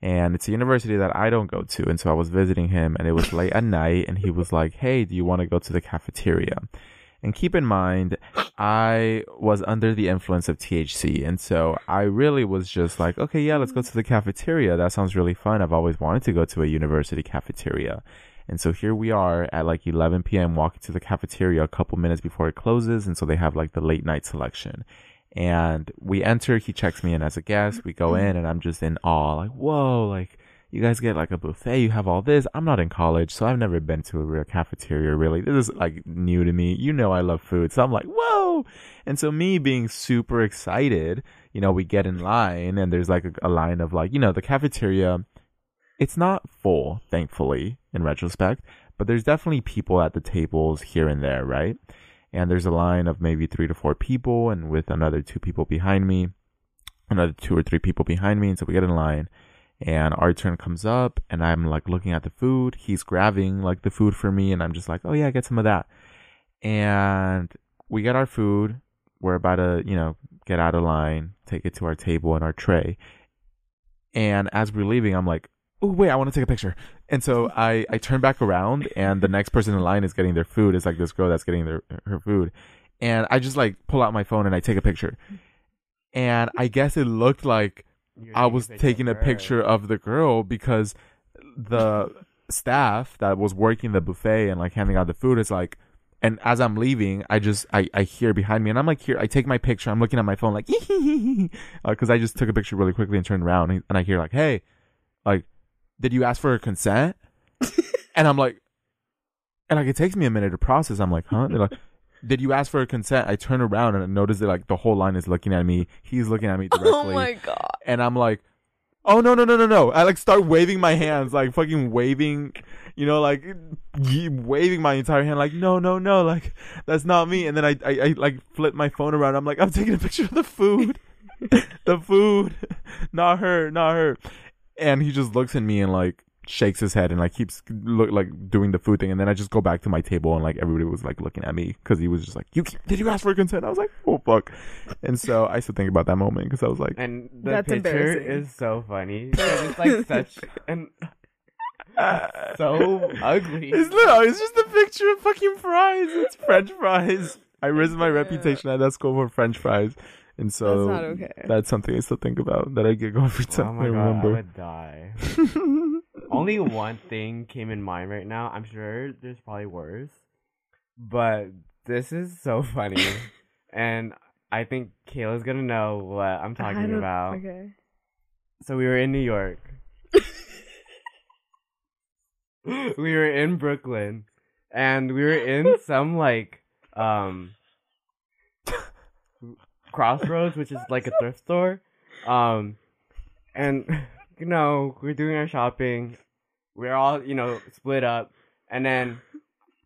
Speaker 1: and it's a university that I don't go to. And so I was visiting him, and it was late at night, and he was like, "Hey, do you want to go to the cafeteria?" And keep in mind, I was under the influence of THC, and so I really was just like, "Okay, yeah, let's go to the cafeteria. That sounds really fun. I've always wanted to go to a university cafeteria." And so here we are at like 11 p.m. walking to the cafeteria a couple minutes before it closes, and so they have like the late night selection. And we enter, he checks me in as a guest. We go in, and I'm just in awe like, whoa, like, you guys get like a buffet, you have all this. I'm not in college, so I've never been to a real cafeteria really. This is like new to me. You know, I love food, so I'm like, whoa. And so, me being super excited, you know, we get in line, and there's like a, a line of like, you know, the cafeteria, it's not full, thankfully, in retrospect, but there's definitely people at the tables here and there, right? and there's a line of maybe three to four people and with another two people behind me another two or three people behind me and so we get in line and our turn comes up and i'm like looking at the food he's grabbing like the food for me and i'm just like oh yeah get some of that and we get our food we're about to you know get out of line take it to our table and our tray and as we're leaving i'm like oh wait i want to take a picture and so I, I turn back around, and the next person in line is getting their food. It's like this girl that's getting their her food, and I just like pull out my phone and I take a picture, and I guess it looked like
Speaker 2: You're
Speaker 1: I was
Speaker 2: picture
Speaker 1: taking a
Speaker 2: of her.
Speaker 1: picture of the girl because the staff that was working the buffet and like handing out the food is like, and as I'm leaving, I just I, I hear behind me, and I'm like here. I take my picture. I'm looking at my phone like, because I just took a picture really quickly and turned around, and, and I hear like, hey, like, did you ask for her consent? and I'm like, and like it takes me a minute to process. I'm like, huh? They're like. Did you ask for her consent? I turn around and I notice that like the whole line is looking at me. He's looking at me directly
Speaker 3: Oh my god.
Speaker 1: and I'm like, oh no no no no no! I like start waving my hands, like fucking waving, you know, like ye- waving my entire hand, like no no no, like that's not me. And then I I, I like flip my phone around. I'm like, I'm taking a picture of the food, the food, not her, not her. And he just looks at me and like shakes his head and like keeps look like doing the food thing and then I just go back to my table and like everybody was like looking at me because he was just like you did you ask for consent I was like oh fuck and so I still think about that moment because I was like
Speaker 2: And the
Speaker 3: That's
Speaker 2: picture
Speaker 3: embarrassing.
Speaker 2: is so funny. 'cause It's like such an
Speaker 1: "Ah."
Speaker 2: so ugly.
Speaker 1: It's no, it's just a picture of fucking fries. It's French fries. I risked my reputation at that school for French fries, and so
Speaker 3: That's not okay.
Speaker 1: that's something I still think about. That I giggle every time
Speaker 2: Oh
Speaker 1: I
Speaker 2: my god, I
Speaker 1: remember.
Speaker 2: would die. Only one thing came in mind right now. I'm sure there's probably worse, but this is so funny, and I think Kayla's gonna know what I'm
Speaker 3: I
Speaker 2: talking
Speaker 3: don't-
Speaker 2: about.
Speaker 3: Okay.
Speaker 2: So we were in New York. we were in Brooklyn, and we were in some like um crossroads, which is like a thrift store. Um, and you know we're doing our shopping. We're all you know split up, and then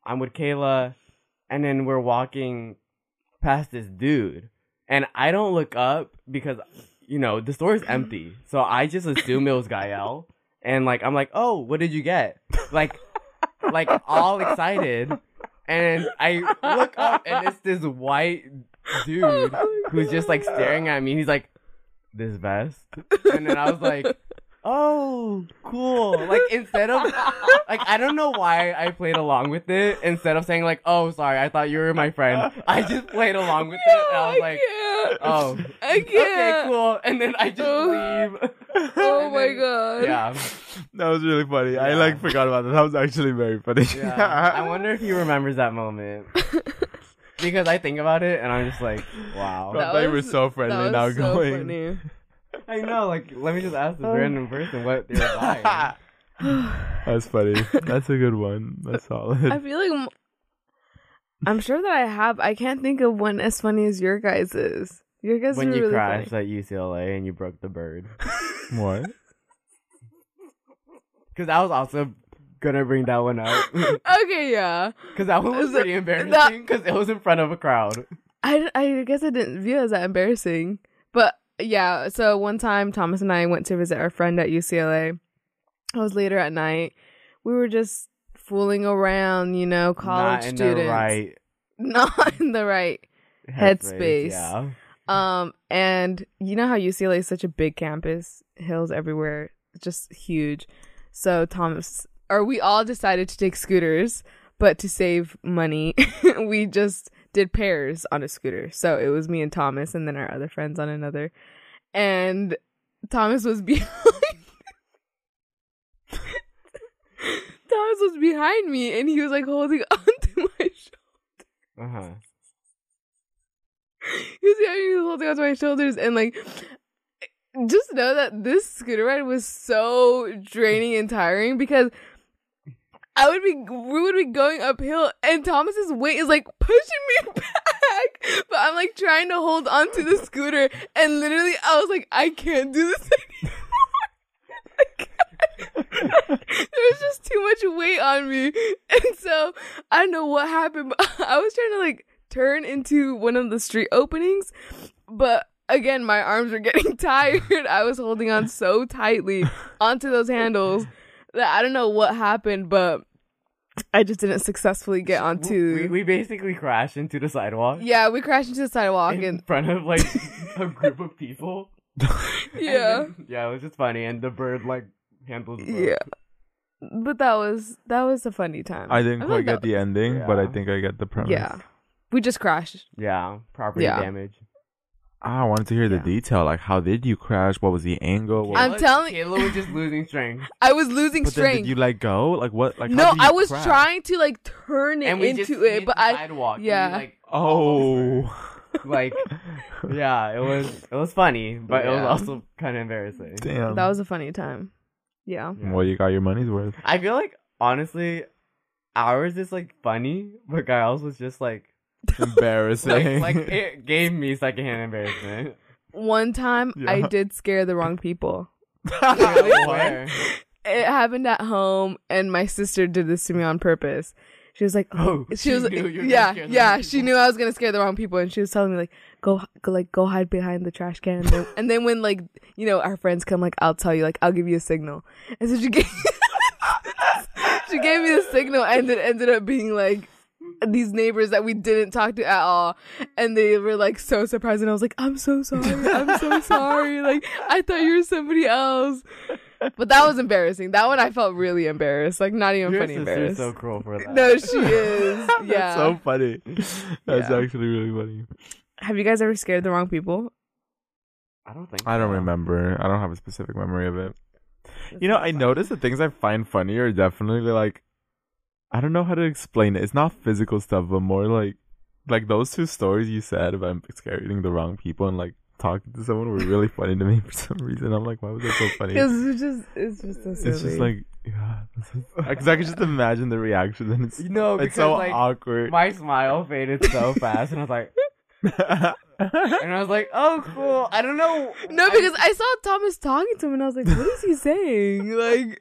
Speaker 2: I'm with Kayla, and then we're walking past this dude, and I don't look up because you know, the store is empty. So I just assume it was Gael. And like I'm like, oh, what did you get? Like like all excited. And I look up and it's this white dude who's just like staring at me. He's like, This vest? And then I was like, Oh, cool. Like instead of like I don't know why I played along with it. Instead of saying like, Oh, sorry, I thought you were my friend. I just played along with it and I was like,
Speaker 3: can't.
Speaker 2: Oh,
Speaker 3: I
Speaker 2: okay,
Speaker 3: can't.
Speaker 2: cool. And then I just
Speaker 3: Oh.
Speaker 2: leave.
Speaker 3: Oh
Speaker 2: And
Speaker 3: my
Speaker 2: then-
Speaker 3: god.
Speaker 2: Yeah,
Speaker 1: That was really funny. I
Speaker 2: Yeah.
Speaker 1: like forgot about that. That was actually very funny.
Speaker 2: yeah. I wonder if he remembers that moment because I think about it and I'm just like, wow.
Speaker 3: That
Speaker 1: they were
Speaker 3: was-
Speaker 1: so friendly
Speaker 3: That
Speaker 1: now
Speaker 3: was so
Speaker 1: going.
Speaker 3: funny.
Speaker 2: I know. Like, let me just ask this
Speaker 3: Oh.
Speaker 2: random person what they were buying.
Speaker 1: That's funny. That's a good one. That's solid.
Speaker 3: I feel like m- I'm sure that I have. I can't think of one as funny as your guys is. Your guys
Speaker 2: when
Speaker 3: are
Speaker 2: you
Speaker 3: really
Speaker 2: crashed
Speaker 3: funny.
Speaker 2: at UCLA and you broke the bird.
Speaker 1: What?
Speaker 2: Because I was also gonna bring that one up.
Speaker 3: okay, yeah.
Speaker 2: Because that one was
Speaker 3: Is it-
Speaker 2: pretty embarrassing because it was in front of a crowd.
Speaker 3: I, I guess I didn't view it as that embarrassing. But yeah, so one time Thomas and I went to visit our friend at UCLA. It was later at night. We were just fooling around, you know, college
Speaker 2: Not in
Speaker 3: students.
Speaker 2: the right
Speaker 3: Not in the right. Headspace.
Speaker 2: Yeah.
Speaker 3: Um, and you know how UCLA is such a big campus, hills everywhere, just huge. So Thomas, or we all decided to take scooters, but to save money, we just did pairs on a scooter. So it was me and Thomas, and then our other friends on another. And Thomas was behind. Thomas was behind me, and he was like holding onto my shoulder.
Speaker 2: Uh huh.
Speaker 3: He was behind me, he was holding onto my shoulders, and like, just know that this scooter ride was so draining and tiring because I would be, we would be going uphill, and Thomas's weight is like pushing me back, but I'm like trying to hold onto the scooter, and literally, I was like, I can't do this anymore. Like, there was just too much weight on me, and so I don't know what happened, but I was trying to like turn into one of the street openings, but again, my arms were getting tired. I was holding on so tightly onto those handles that I don't know what happened, but I just didn't successfully get onto.
Speaker 2: We, we basically crashed into the sidewalk
Speaker 3: yeah, we crashed into the sidewalk,
Speaker 2: in
Speaker 3: and
Speaker 2: front of like a group of people. And
Speaker 3: yeah,
Speaker 2: then- yeah, it was just funny, and the bird like handles. broke.
Speaker 3: yeah. But that was that was a funny time.
Speaker 1: I didn't
Speaker 3: thought
Speaker 1: quite
Speaker 3: that-
Speaker 1: get the ending, but I
Speaker 2: Yeah.
Speaker 1: think I get the premise.
Speaker 3: Yeah, we just crashed.
Speaker 2: Yeah, property
Speaker 3: Yeah.
Speaker 2: damage.
Speaker 1: Ah, I wanted to hear the
Speaker 3: Yeah.
Speaker 1: detail. Like, how did you crash? What was the angle? What
Speaker 3: I'm
Speaker 2: Kayla-
Speaker 3: telling-
Speaker 2: Kayla was just losing strength,
Speaker 3: I was losing
Speaker 1: but then
Speaker 3: strength.
Speaker 1: did you like go? Like what? Like how
Speaker 3: no,
Speaker 1: did you
Speaker 3: I was
Speaker 1: crash?
Speaker 3: trying to like turn it
Speaker 2: and we just
Speaker 3: into
Speaker 2: hit
Speaker 3: it, but
Speaker 2: the
Speaker 3: I
Speaker 2: sidewalk. and we,
Speaker 3: yeah.
Speaker 2: like, all
Speaker 1: Oh,
Speaker 2: over. like yeah, it was it was funny, but it
Speaker 3: Yeah.
Speaker 2: was also kind of embarrassing.
Speaker 1: damn.
Speaker 3: that was a funny time. Yeah.
Speaker 2: Yeah.
Speaker 1: Well, you got your money's worth.
Speaker 2: I feel like honestly, ours is like funny, but Giles was just like
Speaker 1: Embarrassing.
Speaker 2: like, like it gave me secondhand embarrassment.
Speaker 3: One time I
Speaker 1: Yeah.
Speaker 3: did scare the wrong people.
Speaker 2: Like, where?
Speaker 3: It happened at home and my sister did this to me on purpose. She was like,
Speaker 2: Oh,
Speaker 3: she,
Speaker 2: she
Speaker 3: was
Speaker 2: knew you were gonna
Speaker 3: yeah,
Speaker 2: scare the
Speaker 3: yeah,
Speaker 2: wrong
Speaker 3: she
Speaker 2: people.
Speaker 3: knew I was going to scare the wrong people and she was telling me like go, go like go hide behind the trash can and then, and then when like, you know, our friends come like I'll tell you like I'll give you a signal. And so she gave She gave me the signal and it ended up being like these neighbors that we didn't talk to at all and they were like so surprised and I was like I'm so sorry. I'm so sorry. Like I thought you were somebody else. But that was embarrassing. That one I felt really embarrassed. Like not even
Speaker 2: Your
Speaker 3: funny
Speaker 2: sister's
Speaker 3: embarrassed.
Speaker 2: so cruel for that.
Speaker 3: No, she is.
Speaker 1: That's
Speaker 3: Yeah.
Speaker 1: so funny. That's
Speaker 3: Yeah.
Speaker 1: actually really funny.
Speaker 3: Have you guys ever scared the wrong people?
Speaker 2: I don't think.
Speaker 1: I don't
Speaker 2: so.
Speaker 1: remember. I don't have a specific memory of it. You know, I notice the things I find funny are definitely like I don't know how to explain it. It's not physical stuff, but more like like those two stories you said about scaring the wrong people and like talking to someone were really funny to me for some reason. I'm like, why was that so funny?
Speaker 3: Because it's just it's just so silly.
Speaker 1: It's just like yeah, because I could just imagine the reaction and it's
Speaker 2: You know, because
Speaker 1: it's so
Speaker 2: like
Speaker 1: awkward.
Speaker 2: my smile faded so fast, and I was like, and I was like, oh cool. I don't know.
Speaker 3: No,
Speaker 2: I-
Speaker 3: because I saw Thomas talking to him and I was like, what is he saying? Like,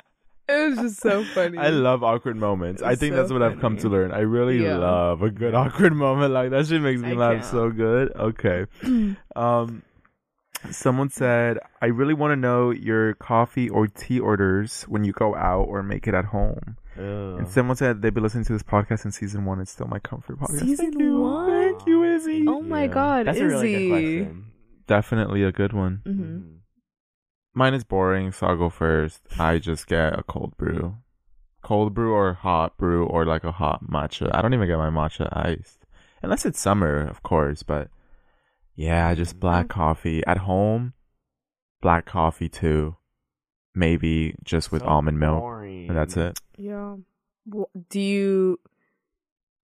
Speaker 3: it was just so funny.
Speaker 1: I love awkward moments. I
Speaker 3: It's
Speaker 1: think
Speaker 3: so
Speaker 1: that's what I've come to
Speaker 3: funny.
Speaker 1: learn. I really
Speaker 3: Yeah.
Speaker 1: love a good awkward moment like that. Shit makes me
Speaker 3: I
Speaker 1: laugh
Speaker 3: can't.
Speaker 1: so good. Okay.
Speaker 3: Mm-hmm.
Speaker 1: um, someone said, "I really want to know your coffee or tea orders when you go out or make it at home." And someone said they've been listening to this podcast in season one. It's still my comfort podcast.
Speaker 3: Season
Speaker 1: Thank you.
Speaker 3: one?
Speaker 1: Thank you, Izzy.
Speaker 3: Oh my God,
Speaker 2: that's a really
Speaker 3: Izzy.
Speaker 2: good question.
Speaker 1: Definitely a good one.
Speaker 3: Mhm.
Speaker 1: Mine is boring, so I'll go first. I just get a cold brew. Cold brew or hot brew or like a hot matcha. I don't even get my matcha iced. Unless it's summer, of course, but yeah, just black
Speaker 2: Mm-hmm.
Speaker 1: coffee. At home, black coffee too. Maybe just with
Speaker 2: So
Speaker 1: almond milk.
Speaker 2: boring.
Speaker 1: And that's it.
Speaker 3: Yeah. Wha- Do you,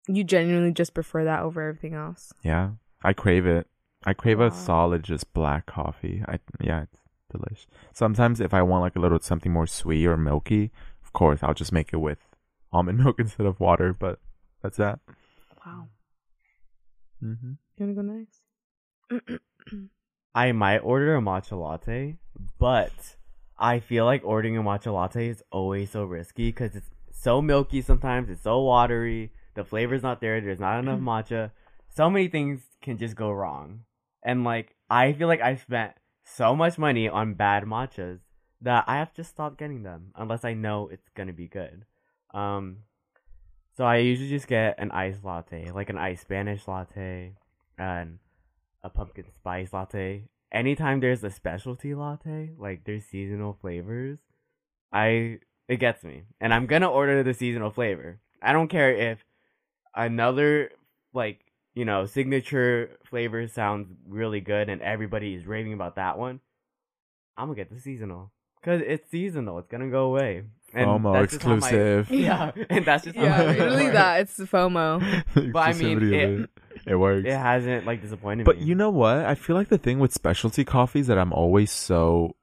Speaker 3: you genuinely just prefer that over everything else?
Speaker 1: Yeah. I crave it. I crave
Speaker 3: Wow.
Speaker 1: a solid just black coffee. I yeah, it's delicious. Sometimes if I want like a little something more sweet or milky, of course I'll just make it with almond milk instead of water, but that's that.
Speaker 3: Wow.
Speaker 1: Mm-hmm.
Speaker 3: You wanna go next?
Speaker 2: I might order a matcha latte, but I feel like ordering a matcha latte is always so risky because it's so milky sometimes, it's so watery, the flavor's not there, there's not enough matcha. So many things can just go wrong. And like, I feel like I spent so much money on bad matchas that I have to stop getting them unless I know it's gonna be good. Um, so I usually just get an iced latte, like an iced Spanish latte, and a pumpkin spice latte. Anytime there's a specialty latte, like there's seasonal flavors, I it gets me. And I'm gonna order the seasonal flavor. I don't care if another like, you know, signature flavor sounds really good and everybody is raving about that one. I'm gonna get the seasonal. Cause it's seasonal, it's gonna go away. And
Speaker 1: FOMO
Speaker 2: that's just how my-
Speaker 1: exclusive.
Speaker 2: yeah, and that's just how
Speaker 3: Yeah,
Speaker 2: my brain
Speaker 3: really
Speaker 2: works.
Speaker 3: that. It's the FOMO.
Speaker 2: But I mean,
Speaker 1: Exclusivity of
Speaker 2: it-
Speaker 1: it works.
Speaker 2: It hasn't like disappointed
Speaker 1: But
Speaker 2: me.
Speaker 1: you know what? I feel like the thing with specialty coffees that I'm always so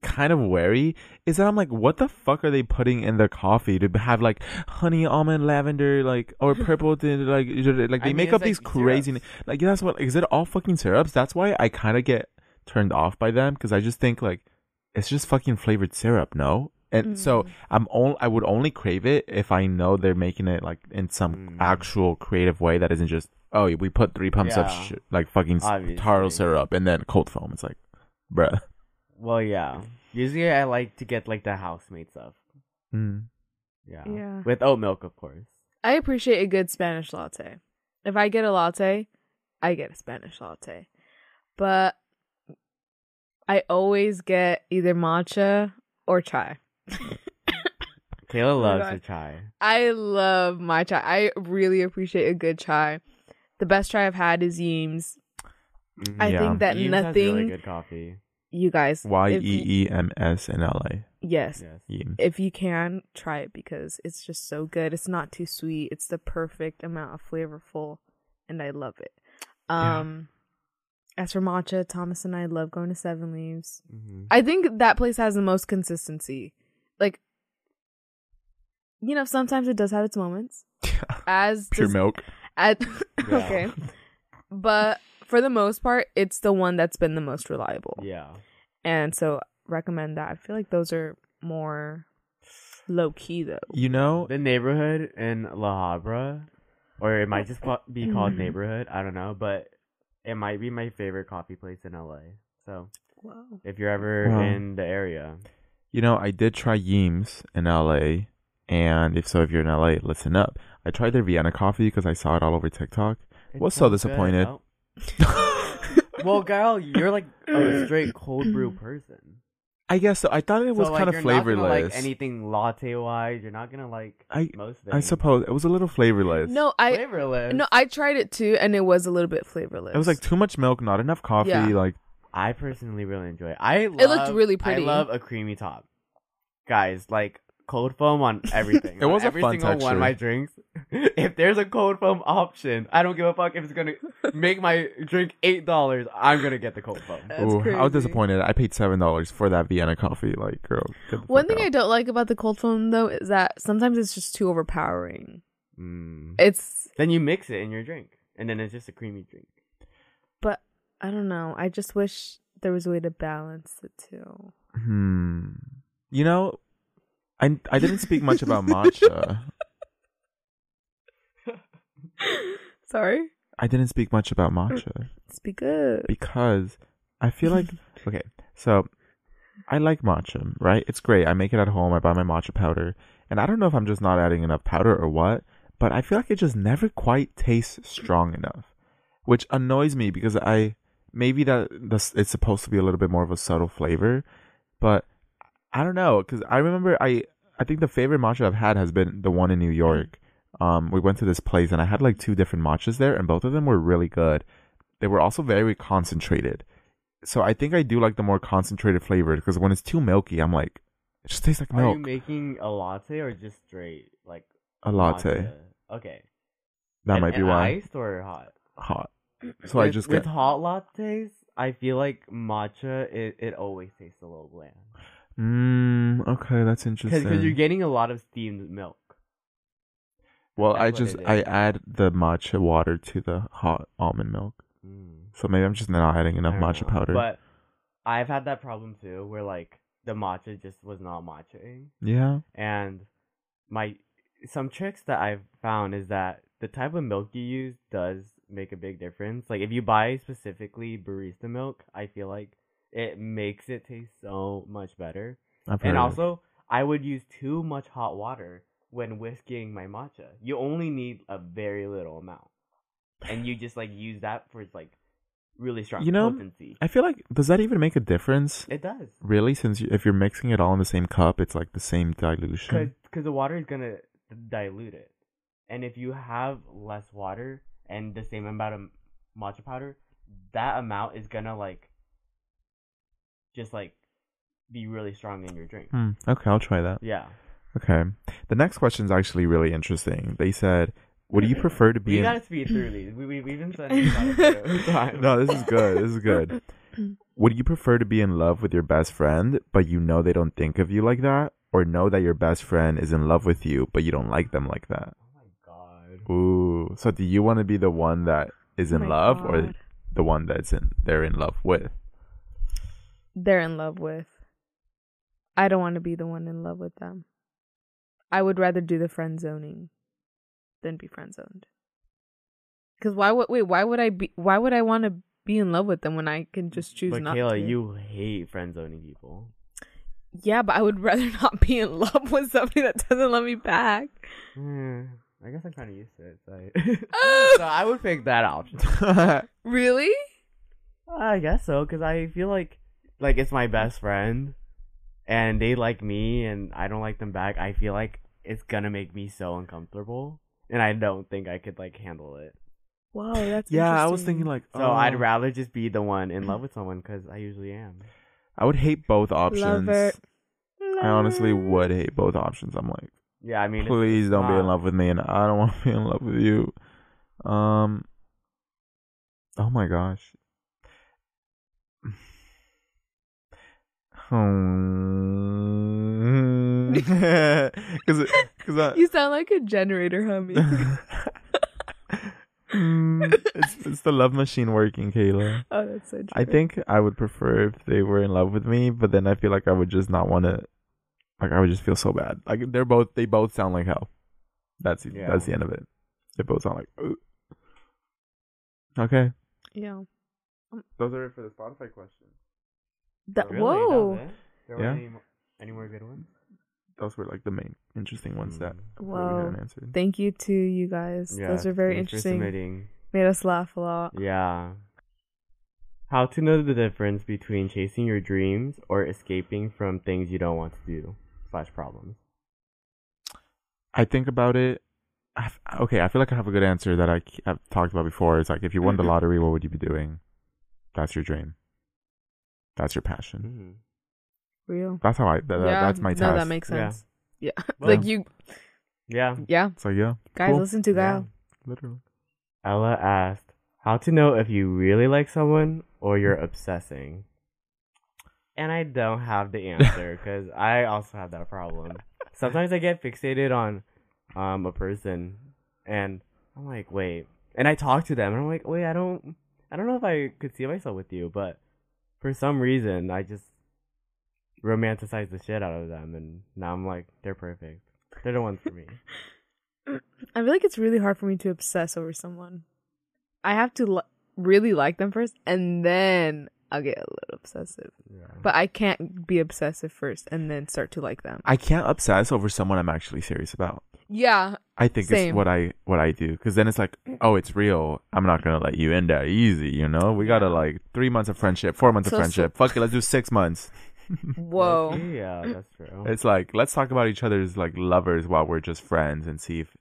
Speaker 1: kind of wary is that I'm like, what the fuck are they putting in their coffee to have like honey, almond, lavender, like or purple? to, like, like
Speaker 2: I
Speaker 1: they
Speaker 2: mean,
Speaker 1: make
Speaker 2: it's
Speaker 1: up these
Speaker 2: like
Speaker 1: crazy.
Speaker 2: syrups.
Speaker 1: Like that's what is it all fucking syrups? That's why I kind of get turned off by them because I just think like it's just fucking flavored syrup, no? And so
Speaker 3: Mm.
Speaker 1: I'm only I would only crave it if I know they're making it like in some
Speaker 2: Mm.
Speaker 1: actual creative way that isn't just oh we put three pumps of
Speaker 2: Yeah.
Speaker 1: sh- like fucking s- taro
Speaker 2: Obviously.
Speaker 1: syrup and then cold foam. It's like, bruh.
Speaker 2: Well, yeah. Usually, I like to get like the housemate stuff.
Speaker 1: Mm.
Speaker 2: Yeah.
Speaker 3: Yeah.
Speaker 2: With oat milk, of course.
Speaker 3: I appreciate a good Spanish latte. If I get a latte, I get a Spanish latte. But I always get either matcha or chai.
Speaker 2: Kayla
Speaker 3: Oh my
Speaker 2: loves
Speaker 3: God.
Speaker 2: to chai.
Speaker 3: I love my chai. I really appreciate a good chai. The best chai I've had is Yeem's. I
Speaker 1: Yeah.
Speaker 3: think that
Speaker 2: Eames Mm-hmm. has
Speaker 3: nothing
Speaker 2: really good coffee.
Speaker 3: you guys
Speaker 1: Y
Speaker 3: if you-
Speaker 1: e e m s in L A.
Speaker 3: Yes.
Speaker 2: Yes.
Speaker 1: Yeem.
Speaker 3: If you can, try it because it's just so good. It's not too sweet. It's the perfect amount of flavorful and I love it.
Speaker 1: Yeah.
Speaker 3: Um as for matcha, Thomas and I love going to Seven Leaves.
Speaker 2: hmm
Speaker 3: I think that place has the most consistency. Like you know, sometimes it does have its moments. As
Speaker 1: Pure
Speaker 3: does-
Speaker 1: milk.
Speaker 3: at-
Speaker 2: Yeah.
Speaker 3: okay. But for the most part, it's the one that's been the most reliable.
Speaker 2: Yeah.
Speaker 3: And so recommend that. I feel like those are more low key though.
Speaker 1: You know,
Speaker 2: The neighborhood in La Habra, or it might just ca- be called
Speaker 3: Mhm.
Speaker 2: neighborhood. I don't know, but it might be my favorite coffee place in LA. So
Speaker 3: Wow.
Speaker 2: if you're ever
Speaker 1: Wow.
Speaker 2: in the area,
Speaker 1: you know, I did try Yeem's in L A. And if so, if you're in L A, listen up. I tried their Vienna coffee because I saw it all over TikTok.
Speaker 2: It
Speaker 1: What's so
Speaker 2: sounds good.
Speaker 1: disappointed?
Speaker 2: Oh. Well, girl, you're like a straight cold brew person.
Speaker 1: I guess so. I thought it was
Speaker 2: So, like,
Speaker 1: kind of
Speaker 2: you're
Speaker 1: flavorless.
Speaker 2: Not gonna like anything latte wise, you're not gonna like
Speaker 1: I-
Speaker 2: most things.
Speaker 1: I suppose it was a little flavorless.
Speaker 3: No, I
Speaker 2: flavorless.
Speaker 3: no, I tried it too, and it was a little bit flavorless.
Speaker 1: it was like too much milk, not enough coffee.
Speaker 3: Yeah.
Speaker 1: Like
Speaker 2: I personally really enjoy. It. I love,
Speaker 3: looked really pretty.
Speaker 2: I love a creamy top, guys. Like cold foam on everything.
Speaker 1: It
Speaker 2: On
Speaker 1: was a
Speaker 2: every
Speaker 1: fun
Speaker 2: single one
Speaker 1: texture.
Speaker 2: of my drinks. if there's a cold foam option, I don't give a fuck if it's gonna make my drink eight dollars. I'm gonna get the cold foam.
Speaker 3: That's
Speaker 1: Ooh, I was
Speaker 3: crazy.
Speaker 1: disappointed. I paid seven dollars for that Vienna coffee. Like, girl. get the
Speaker 3: One
Speaker 1: fuck
Speaker 3: thing I
Speaker 1: out.
Speaker 3: don't like about the cold foam though is that sometimes it's just too overpowering.
Speaker 2: Mm.
Speaker 3: It's
Speaker 2: Then you mix it in your drink, and then it's just a creamy drink.
Speaker 3: but I don't know. I just wish there was a way to balance the two.
Speaker 1: Hmm. You know, I I didn't speak much about matcha.
Speaker 3: Sorry.
Speaker 1: I didn't speak much about matcha
Speaker 3: Speak up.
Speaker 1: because I feel like okay. So I like matcha, right? It's great. I make it at home. I buy my matcha powder, and I don't know if I'm just not adding enough powder or what, but I feel like it just never quite tastes strong enough, which annoys me because I maybe that that's, it's supposed to be a little bit more of a subtle flavor, but I don't know because I remember I I think the favorite matcha I've had has been the one in New York. Um, we went to this place and I had like two different matchas there, and both of them were really good. They were also very concentrated, so I think I do like the more concentrated flavor because when it's too milky, I'm like, it just tastes like
Speaker 2: Are you
Speaker 1: milk.
Speaker 2: making a latte or just straight like
Speaker 1: A latte.
Speaker 2: matcha? Okay.
Speaker 1: That
Speaker 2: And-
Speaker 1: might be
Speaker 2: and
Speaker 1: why
Speaker 2: Iced or hot?
Speaker 1: hot. So I
Speaker 2: with,
Speaker 1: just
Speaker 2: with
Speaker 1: get
Speaker 2: hot lattes. I feel like matcha. It, it always tastes a little bland
Speaker 1: Mm, okay, that's interesting.
Speaker 2: because you're getting a lot of steamed milk.
Speaker 1: Well,
Speaker 2: That's
Speaker 1: I
Speaker 2: what
Speaker 1: just
Speaker 2: it
Speaker 1: I
Speaker 2: is.
Speaker 1: add the matcha water to the hot almond milk,
Speaker 2: Mm.
Speaker 1: so maybe I'm just not adding enough
Speaker 2: I don't
Speaker 1: matcha
Speaker 2: know.
Speaker 1: powder.
Speaker 2: But I've had that problem too, where like the matcha just was not matchaing,
Speaker 1: yeah,
Speaker 2: and my some tricks that I've found is that the type of milk you use does make a big difference. Like if you buy specifically barista milk, I feel like it makes it taste so much better.
Speaker 1: I've heard
Speaker 2: And
Speaker 1: of it.
Speaker 2: also, I would use too much hot water when whisking my matcha. You only need a very little amount, and you just like use that for its like really strong
Speaker 1: You know,
Speaker 2: potency.
Speaker 1: I feel like does that even make a difference?
Speaker 2: It does.
Speaker 1: Really, since you, if you're mixing it all in the same cup, it's like the same
Speaker 2: Hmm.
Speaker 1: dilution.
Speaker 2: Because the water is going to dilute it. And if you have less water and the same amount of matcha powder, that amount is going to, like, just, like, be really strong in your drink.
Speaker 1: Hmm, okay, I'll try that.
Speaker 2: Yeah.
Speaker 1: Okay, the next question is actually really interesting. They said, "Would you prefer to be?"
Speaker 2: We
Speaker 1: in-
Speaker 2: got to speed through these. We, we, we've been spending a Oh lot of time.
Speaker 1: no, this is good. This is good. Would you prefer to be in love with your best friend, but you know they don't think of you like that, or know that your best friend is in love with you, but you don't like them like that?
Speaker 2: Oh, my God.
Speaker 1: Ooh. So do you want to be the one that is
Speaker 3: Oh
Speaker 1: in
Speaker 3: my
Speaker 1: love, or
Speaker 3: God.
Speaker 1: the one that's in they're in love with?
Speaker 3: they're in love with. I don't want to be the one in love with them. I would rather do the friend zoning than be friend zoned. Cause why would wait? Why would I be? Why would I want to be in love with them when I can just choose
Speaker 2: But
Speaker 3: not
Speaker 2: Kayla,
Speaker 3: to?
Speaker 2: you hate friend zoning people.
Speaker 3: yeah, but I would rather not be in love with somebody that doesn't love me back.
Speaker 2: Hmm, I guess I'm kind of used to it. So I, so I would pick that option.
Speaker 3: Really?
Speaker 2: I guess so, cause I feel like like it's my best friend, and they like me, and I don't like them back. I feel like it's gonna make me so uncomfortable, and I don't think I could like handle it.
Speaker 3: Wow, that's
Speaker 1: yeah, I was
Speaker 3: interesting.
Speaker 1: thinking like, oh.
Speaker 2: So I'd rather just be the one in love with someone, cause I usually am.
Speaker 1: I would hate both options.
Speaker 3: Lover.
Speaker 1: I honestly would hate both options. I'm like,
Speaker 2: Yeah, I mean, it's-
Speaker 1: please don't be
Speaker 2: not-
Speaker 1: in love with me, and I don't want to be in love with you. Um. Oh my gosh. Hmm. Because because
Speaker 3: You sound like a generator, homie.
Speaker 1: Mm, it's it's the love machine working, Kayla.
Speaker 3: oh, that's so true.
Speaker 1: I think I would prefer if they were in love with me, but then I feel like I would just not want to. Like I would just feel so bad. Like they're both they both sound like hell. That's
Speaker 2: Yeah.
Speaker 1: that's the end of it. They both sound like. "Ugh." Okay.
Speaker 3: Yeah.
Speaker 1: Those are it for the Spotify question.
Speaker 3: That,
Speaker 2: Really, that was
Speaker 3: whoa.
Speaker 2: it? There were
Speaker 1: Yeah.
Speaker 2: any, mo- any more good ones? Hmm.
Speaker 1: Those were like the main interesting ones that that we
Speaker 3: Wow.
Speaker 1: haven't answered.
Speaker 3: Thank you to you guys.
Speaker 2: Yeah,
Speaker 3: Those are very
Speaker 2: thanks for
Speaker 3: interesting.
Speaker 2: submitting.
Speaker 3: Made us laugh a lot.
Speaker 2: Yeah. How to know the difference between chasing your dreams or escaping from things you don't want to do slash problems.
Speaker 1: I think about it. I f- okay, I feel like I have a good answer that I, have talked about before. It's like if you won the
Speaker 3: Mm-hmm.
Speaker 1: lottery, what would you be doing? That's your dream. That's your passion.
Speaker 2: Mm-hmm.
Speaker 3: Real.
Speaker 1: That's how I. That,
Speaker 3: yeah,
Speaker 1: that's my task.
Speaker 3: No, that makes
Speaker 2: Yeah.
Speaker 3: sense. Yeah.
Speaker 2: Well-
Speaker 3: like you
Speaker 2: Yeah.
Speaker 3: yeah.
Speaker 1: So yeah,
Speaker 3: Guys,
Speaker 1: Cool.
Speaker 3: listen to Guile.
Speaker 1: literally.
Speaker 2: Yeah. Ella asked, "How to know if you really like someone or you're obsessing?" And I don't have the answer because I also have that problem. Sometimes I get fixated on um a person, and I'm like, wait, and I talk to them, and I'm like, wait, I don't, I don't know if I could see myself with you, but for some reason, I just romanticize the shit out of them, and now I'm like, they're perfect. They're the ones for me.
Speaker 3: I feel like it's really hard for me to obsess over someone. I have to li- really like them first and then I'll get a little obsessive.
Speaker 2: Yeah.
Speaker 3: But I can't be obsessive first and then start to like them.
Speaker 1: I can't obsess over someone I'm actually serious about.
Speaker 3: Yeah.
Speaker 1: I think it's
Speaker 3: Same.
Speaker 1: what I what I do because then it's like, oh, it's real. I'm not gonna let you in that easy. You know, we gotta like three months of friendship, four months
Speaker 3: So-
Speaker 1: of
Speaker 3: so-
Speaker 1: friendship. Fuck it, let's do six months.
Speaker 3: Whoa.
Speaker 2: Okay, yeah, that's true.
Speaker 1: It's like let's talk about each other's like lovers while we're just friends and see if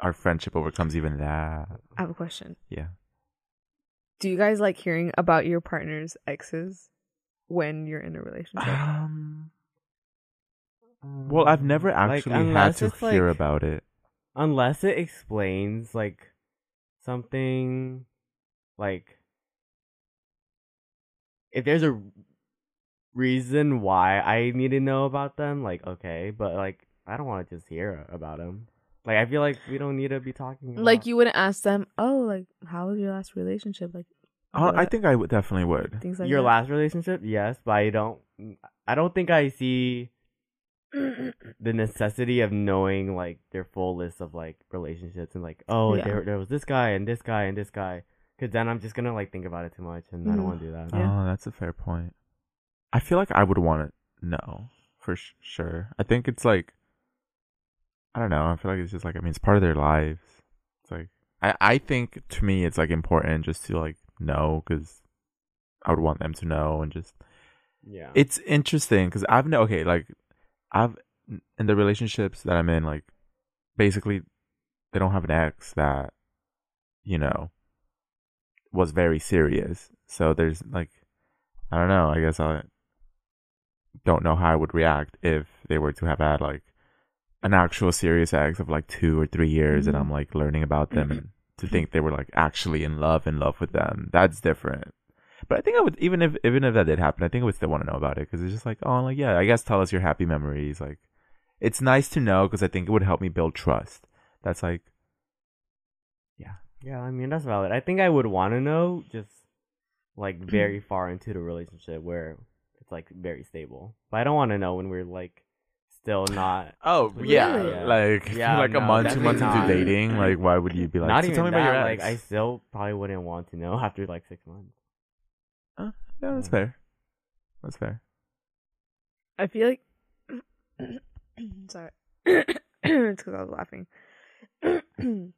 Speaker 1: our friendship overcomes even that.
Speaker 3: I have a question.
Speaker 1: Yeah.
Speaker 3: Do you guys like hearing about your partner's exes when you're in a relationship?
Speaker 1: Um. Well, I've never
Speaker 2: Like,
Speaker 1: actually had
Speaker 2: unless
Speaker 1: to
Speaker 2: it's, like-
Speaker 1: hear about it.
Speaker 2: unless it explains like something like if there's a reason why I need to know about them, like okay, but like I don't want to just hear about them. Like I feel like we don't need to be talking. About,
Speaker 3: Like you wouldn't ask them, oh, like how was your last relationship? Like
Speaker 2: uh,
Speaker 1: I, I think I would definitely would.
Speaker 3: things like
Speaker 2: your
Speaker 3: that.
Speaker 2: last relationship, yes, but I don't. I don't think I see the necessity of knowing like their full list of like relationships and like oh
Speaker 3: Yeah.
Speaker 2: there there was this guy and this guy and this guy because then I'm just gonna like think about it too much and I
Speaker 3: Mhm.
Speaker 2: don't want to do that.
Speaker 3: Yeah.
Speaker 1: Oh, that's a fair point. I feel like I would want to know for sh- sure. I think it's like, I don't know. I feel like it's just like I mean, it's part of their lives. It's like I I think to me it's like important just to like know because I would want them to know and just
Speaker 2: Yeah,
Speaker 1: it's interesting because I've no okay like I've in the relationships that I'm in like basically they don't have an ex that you know was very serious so there's like I don't know I guess I don't know how I would react if they were to have had like an actual serious ex of like two or three years and
Speaker 3: Mhm.
Speaker 1: I'm like learning about them and
Speaker 2: Mm-hmm.
Speaker 1: to think they were like actually in love in love with them that's different but I think I would even if even if that did happen, I think I would still want to know about it because it's just like oh like yeah, I guess tell us your happy memories. Like it's nice to know because I think it would help me build trust. That's like
Speaker 2: yeah. I mean that's valid. I think I would want to know just like very far into the relationship where it's like very stable, but I don't want to know when we're like still not
Speaker 1: oh
Speaker 3: yeah,
Speaker 2: Really?
Speaker 1: like
Speaker 2: Yeah,
Speaker 1: like a
Speaker 2: no,
Speaker 1: month, two
Speaker 2: definitely
Speaker 1: months into
Speaker 2: not.
Speaker 1: dating. Like why would you be like
Speaker 2: not
Speaker 1: so
Speaker 2: even
Speaker 1: tell me
Speaker 2: that.
Speaker 1: about your
Speaker 2: like
Speaker 1: ex?
Speaker 2: I still probably wouldn't want to know after like six months.
Speaker 1: yeah,
Speaker 2: Mm.
Speaker 1: that's fair. That's fair.
Speaker 3: I feel like sorry, it's because I was laughing.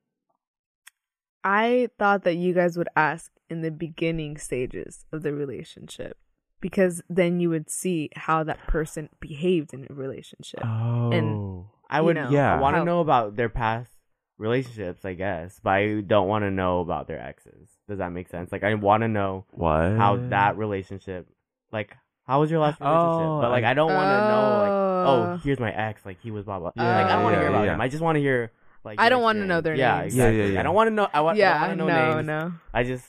Speaker 3: I thought that you guys would ask in the beginning stages of the relationship because then you would see how that person behaved in a relationship.
Speaker 1: Oh,
Speaker 2: I would
Speaker 3: know,
Speaker 1: Yeah.
Speaker 2: I want to
Speaker 3: how-
Speaker 2: know about their past relationships, I guess, but I don't want to know about their exes. Does that make sense? Like I want to know
Speaker 1: Oh. what
Speaker 2: how that relationship, like how was your last relationship?
Speaker 1: Oh,
Speaker 2: but like
Speaker 1: I-
Speaker 2: I don't want to know like
Speaker 3: Oh.
Speaker 2: oh here's my ex, like he was blah blah.
Speaker 3: Yeah,
Speaker 2: like I don't want to
Speaker 3: yeah,
Speaker 2: hear about
Speaker 1: yeah.
Speaker 2: him. I just want to hear. Like,
Speaker 3: I
Speaker 2: your
Speaker 3: don't wanna know
Speaker 2: experience.
Speaker 3: their
Speaker 2: yeah,
Speaker 3: names.
Speaker 2: Yeah,
Speaker 1: Yeah, yeah, yeah.
Speaker 2: I don't want to know. I want.
Speaker 3: yeah,
Speaker 2: I don't want to know
Speaker 3: no,
Speaker 2: names.
Speaker 3: no.
Speaker 2: I just.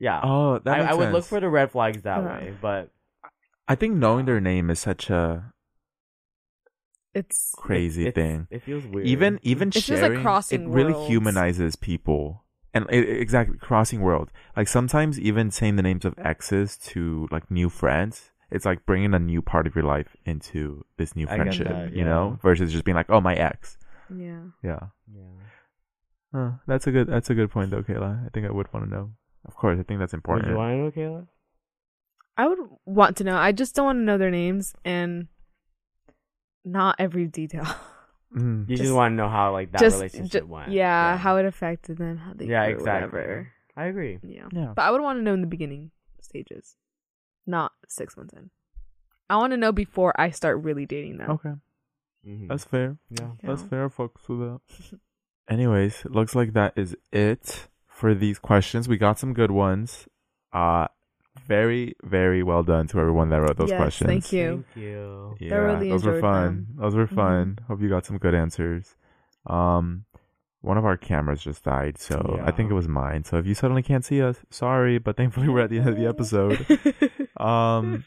Speaker 2: Yeah.
Speaker 1: Oh, that
Speaker 2: I,
Speaker 1: makes
Speaker 2: I would look
Speaker 1: sense.
Speaker 2: for the red flags that
Speaker 3: Uh-huh.
Speaker 2: way, but
Speaker 1: I think knowing their name is such a
Speaker 3: It's
Speaker 1: crazy
Speaker 2: it's-
Speaker 1: thing.
Speaker 2: It feels weird.
Speaker 1: even even
Speaker 3: It's just like
Speaker 1: sharing
Speaker 3: crossing
Speaker 1: it really
Speaker 3: worlds.
Speaker 1: humanizes people and it, it- exactly crossing world like sometimes even saying the names of exes to like new friends it's like bringing a new part of your life into this new
Speaker 2: I get
Speaker 1: friendship
Speaker 2: that,
Speaker 1: you know
Speaker 2: yeah.
Speaker 1: versus just being like oh my ex
Speaker 3: yeah.
Speaker 1: yeah
Speaker 2: Yeah.
Speaker 1: Huh, that's a good that's a good point though kayla i think i would want to know of course i think that's important
Speaker 2: Would you want to know, Kayla?
Speaker 3: I would want to know. I just don't want to know their names and not every detail.
Speaker 1: Mm.
Speaker 2: You just,
Speaker 3: Just-
Speaker 2: want to know how like that
Speaker 3: just
Speaker 2: relationship
Speaker 3: ju-
Speaker 2: went.
Speaker 3: Yeah, how it affected them, how they
Speaker 2: Yeah,
Speaker 3: grew,
Speaker 2: exactly.
Speaker 3: whatever.
Speaker 2: I agree.
Speaker 3: Yeah.
Speaker 1: yeah
Speaker 3: But I would want to know in the beginning stages, not six months in. I want to know before I start really dating them.
Speaker 1: okay
Speaker 2: Mhm.
Speaker 1: that's fair
Speaker 2: yeah.
Speaker 1: That's
Speaker 3: Yeah.
Speaker 1: fair, folks. With that. Anyways, looks like that is it for these questions. We got some good ones. Uh very, very well done to everyone that wrote those
Speaker 3: Yes,
Speaker 1: questions.
Speaker 3: thank you.
Speaker 2: Thank you.
Speaker 1: Yeah,
Speaker 3: Thoroughly
Speaker 1: those were
Speaker 3: enjoyed Mm-hmm.
Speaker 1: fun. Those were fun. Hope you got some good answers. Um, one of our cameras just died, so I think
Speaker 2: Yeah.
Speaker 1: it was mine. So if you suddenly can't see us, sorry, but thankfully we're at the end of the episode. Um,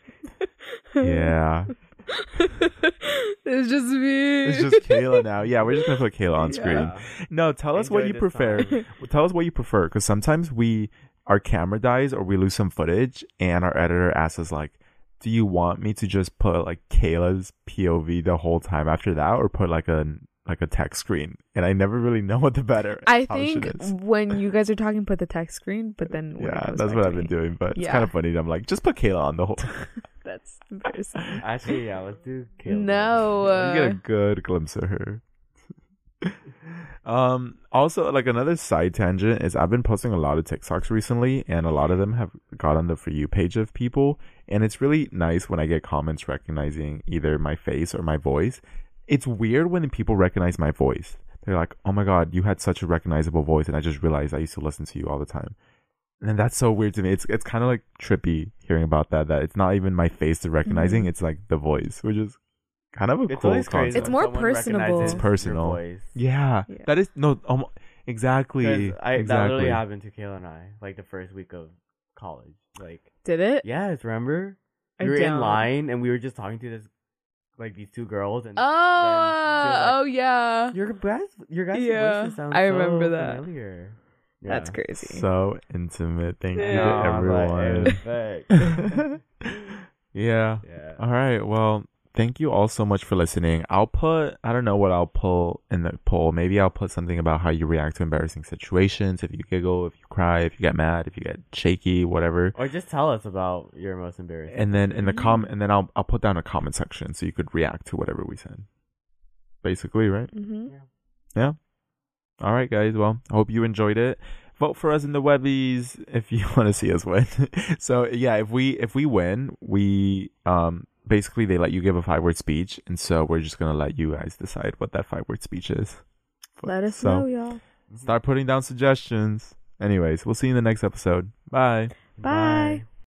Speaker 1: yeah,
Speaker 3: it's just me.
Speaker 1: it's just Kayla now. Yeah, we're just gonna put Kayla on screen.
Speaker 2: Yeah.
Speaker 1: No, tell us what
Speaker 2: Enjoy
Speaker 1: you
Speaker 2: this
Speaker 1: prefer.
Speaker 2: time.
Speaker 1: Well, tell us what you prefer because sometimes we our camera dies or we lose some footage and our editor asks us like do you want me to just put like kayla's pov the whole time after that or put like a like a text screen and i never really know what the better
Speaker 3: I
Speaker 1: option
Speaker 3: think
Speaker 1: is.
Speaker 3: when you guys are talking, put the text screen, but then when it
Speaker 1: yeah
Speaker 3: comes
Speaker 1: that's
Speaker 3: back
Speaker 1: what
Speaker 3: to
Speaker 1: i've been
Speaker 3: me-
Speaker 1: doing but it's
Speaker 3: Yeah.
Speaker 1: kind of funny that i'm like just put kayla on the whole
Speaker 3: That's embarrassing.
Speaker 2: Actually, yeah. Let's do Kayla.
Speaker 3: no.
Speaker 1: you get a
Speaker 3: Uh,
Speaker 1: good glimpse of her. um. Also, like another side tangent is I've been posting a lot of TikToks recently, and a lot of them have got on the for you page of people, and it's really nice when I get comments recognizing either my face or my voice. It's weird when people recognize my voice. They're like, "Oh my god, you had such a recognizable voice," and I just realized I used to listen to you all the time. And that's so weird to me. It's it's kind of like trippy hearing about that. That it's not even my face they're recognizing; it's like the voice, which is kind of a
Speaker 2: It's
Speaker 1: cool
Speaker 2: always crazy.
Speaker 1: concept.
Speaker 3: It's more personable. It's
Speaker 1: personal. Yeah,
Speaker 3: Yeah.
Speaker 1: that is no. Um, exactly.
Speaker 2: Because I,
Speaker 1: exactly.
Speaker 2: That literally happened to Kayla and I, like the first week of college. Like,
Speaker 3: did it?
Speaker 2: yes, remember?
Speaker 3: I
Speaker 2: We were in
Speaker 3: don't.
Speaker 2: line and we were just talking to this like these two girls and
Speaker 3: Oh, oh yeah.
Speaker 2: your guys your guys
Speaker 3: Yeah,
Speaker 2: voices sound
Speaker 3: I
Speaker 2: so
Speaker 3: remember that.
Speaker 2: familiar.
Speaker 3: That's
Speaker 2: Yeah.
Speaker 3: crazy.
Speaker 1: So intimate. Thank you,
Speaker 3: Yeah.
Speaker 2: No,
Speaker 1: everyone.
Speaker 2: but everything.
Speaker 1: yeah.
Speaker 2: yeah.
Speaker 1: All right. Well, thank you all so much for listening. I'll put I don't know what I'll pull in the poll. Maybe I'll put something about how you react to embarrassing situations. If you giggle, if you cry, if you get mad, if you get shaky, whatever.
Speaker 2: Or just tell us about your most embarrassing.
Speaker 1: And then
Speaker 2: Mm-hmm.
Speaker 1: in the com and then I'll I'll put down a comment section so you could react to whatever we said. Basically, right?
Speaker 3: hmm
Speaker 1: All right, guys. Well, I hope you enjoyed it. Vote for us in the Webbies if you want to see us win. so yeah, if we if we win, we um basically they let you give a five word speech, and so we're just gonna let you guys decide what that five word speech is.
Speaker 3: Let us
Speaker 1: So-
Speaker 3: know, y'all.
Speaker 1: Start putting down suggestions. Anyways, we'll see you in the next episode. Bye.
Speaker 3: Bye.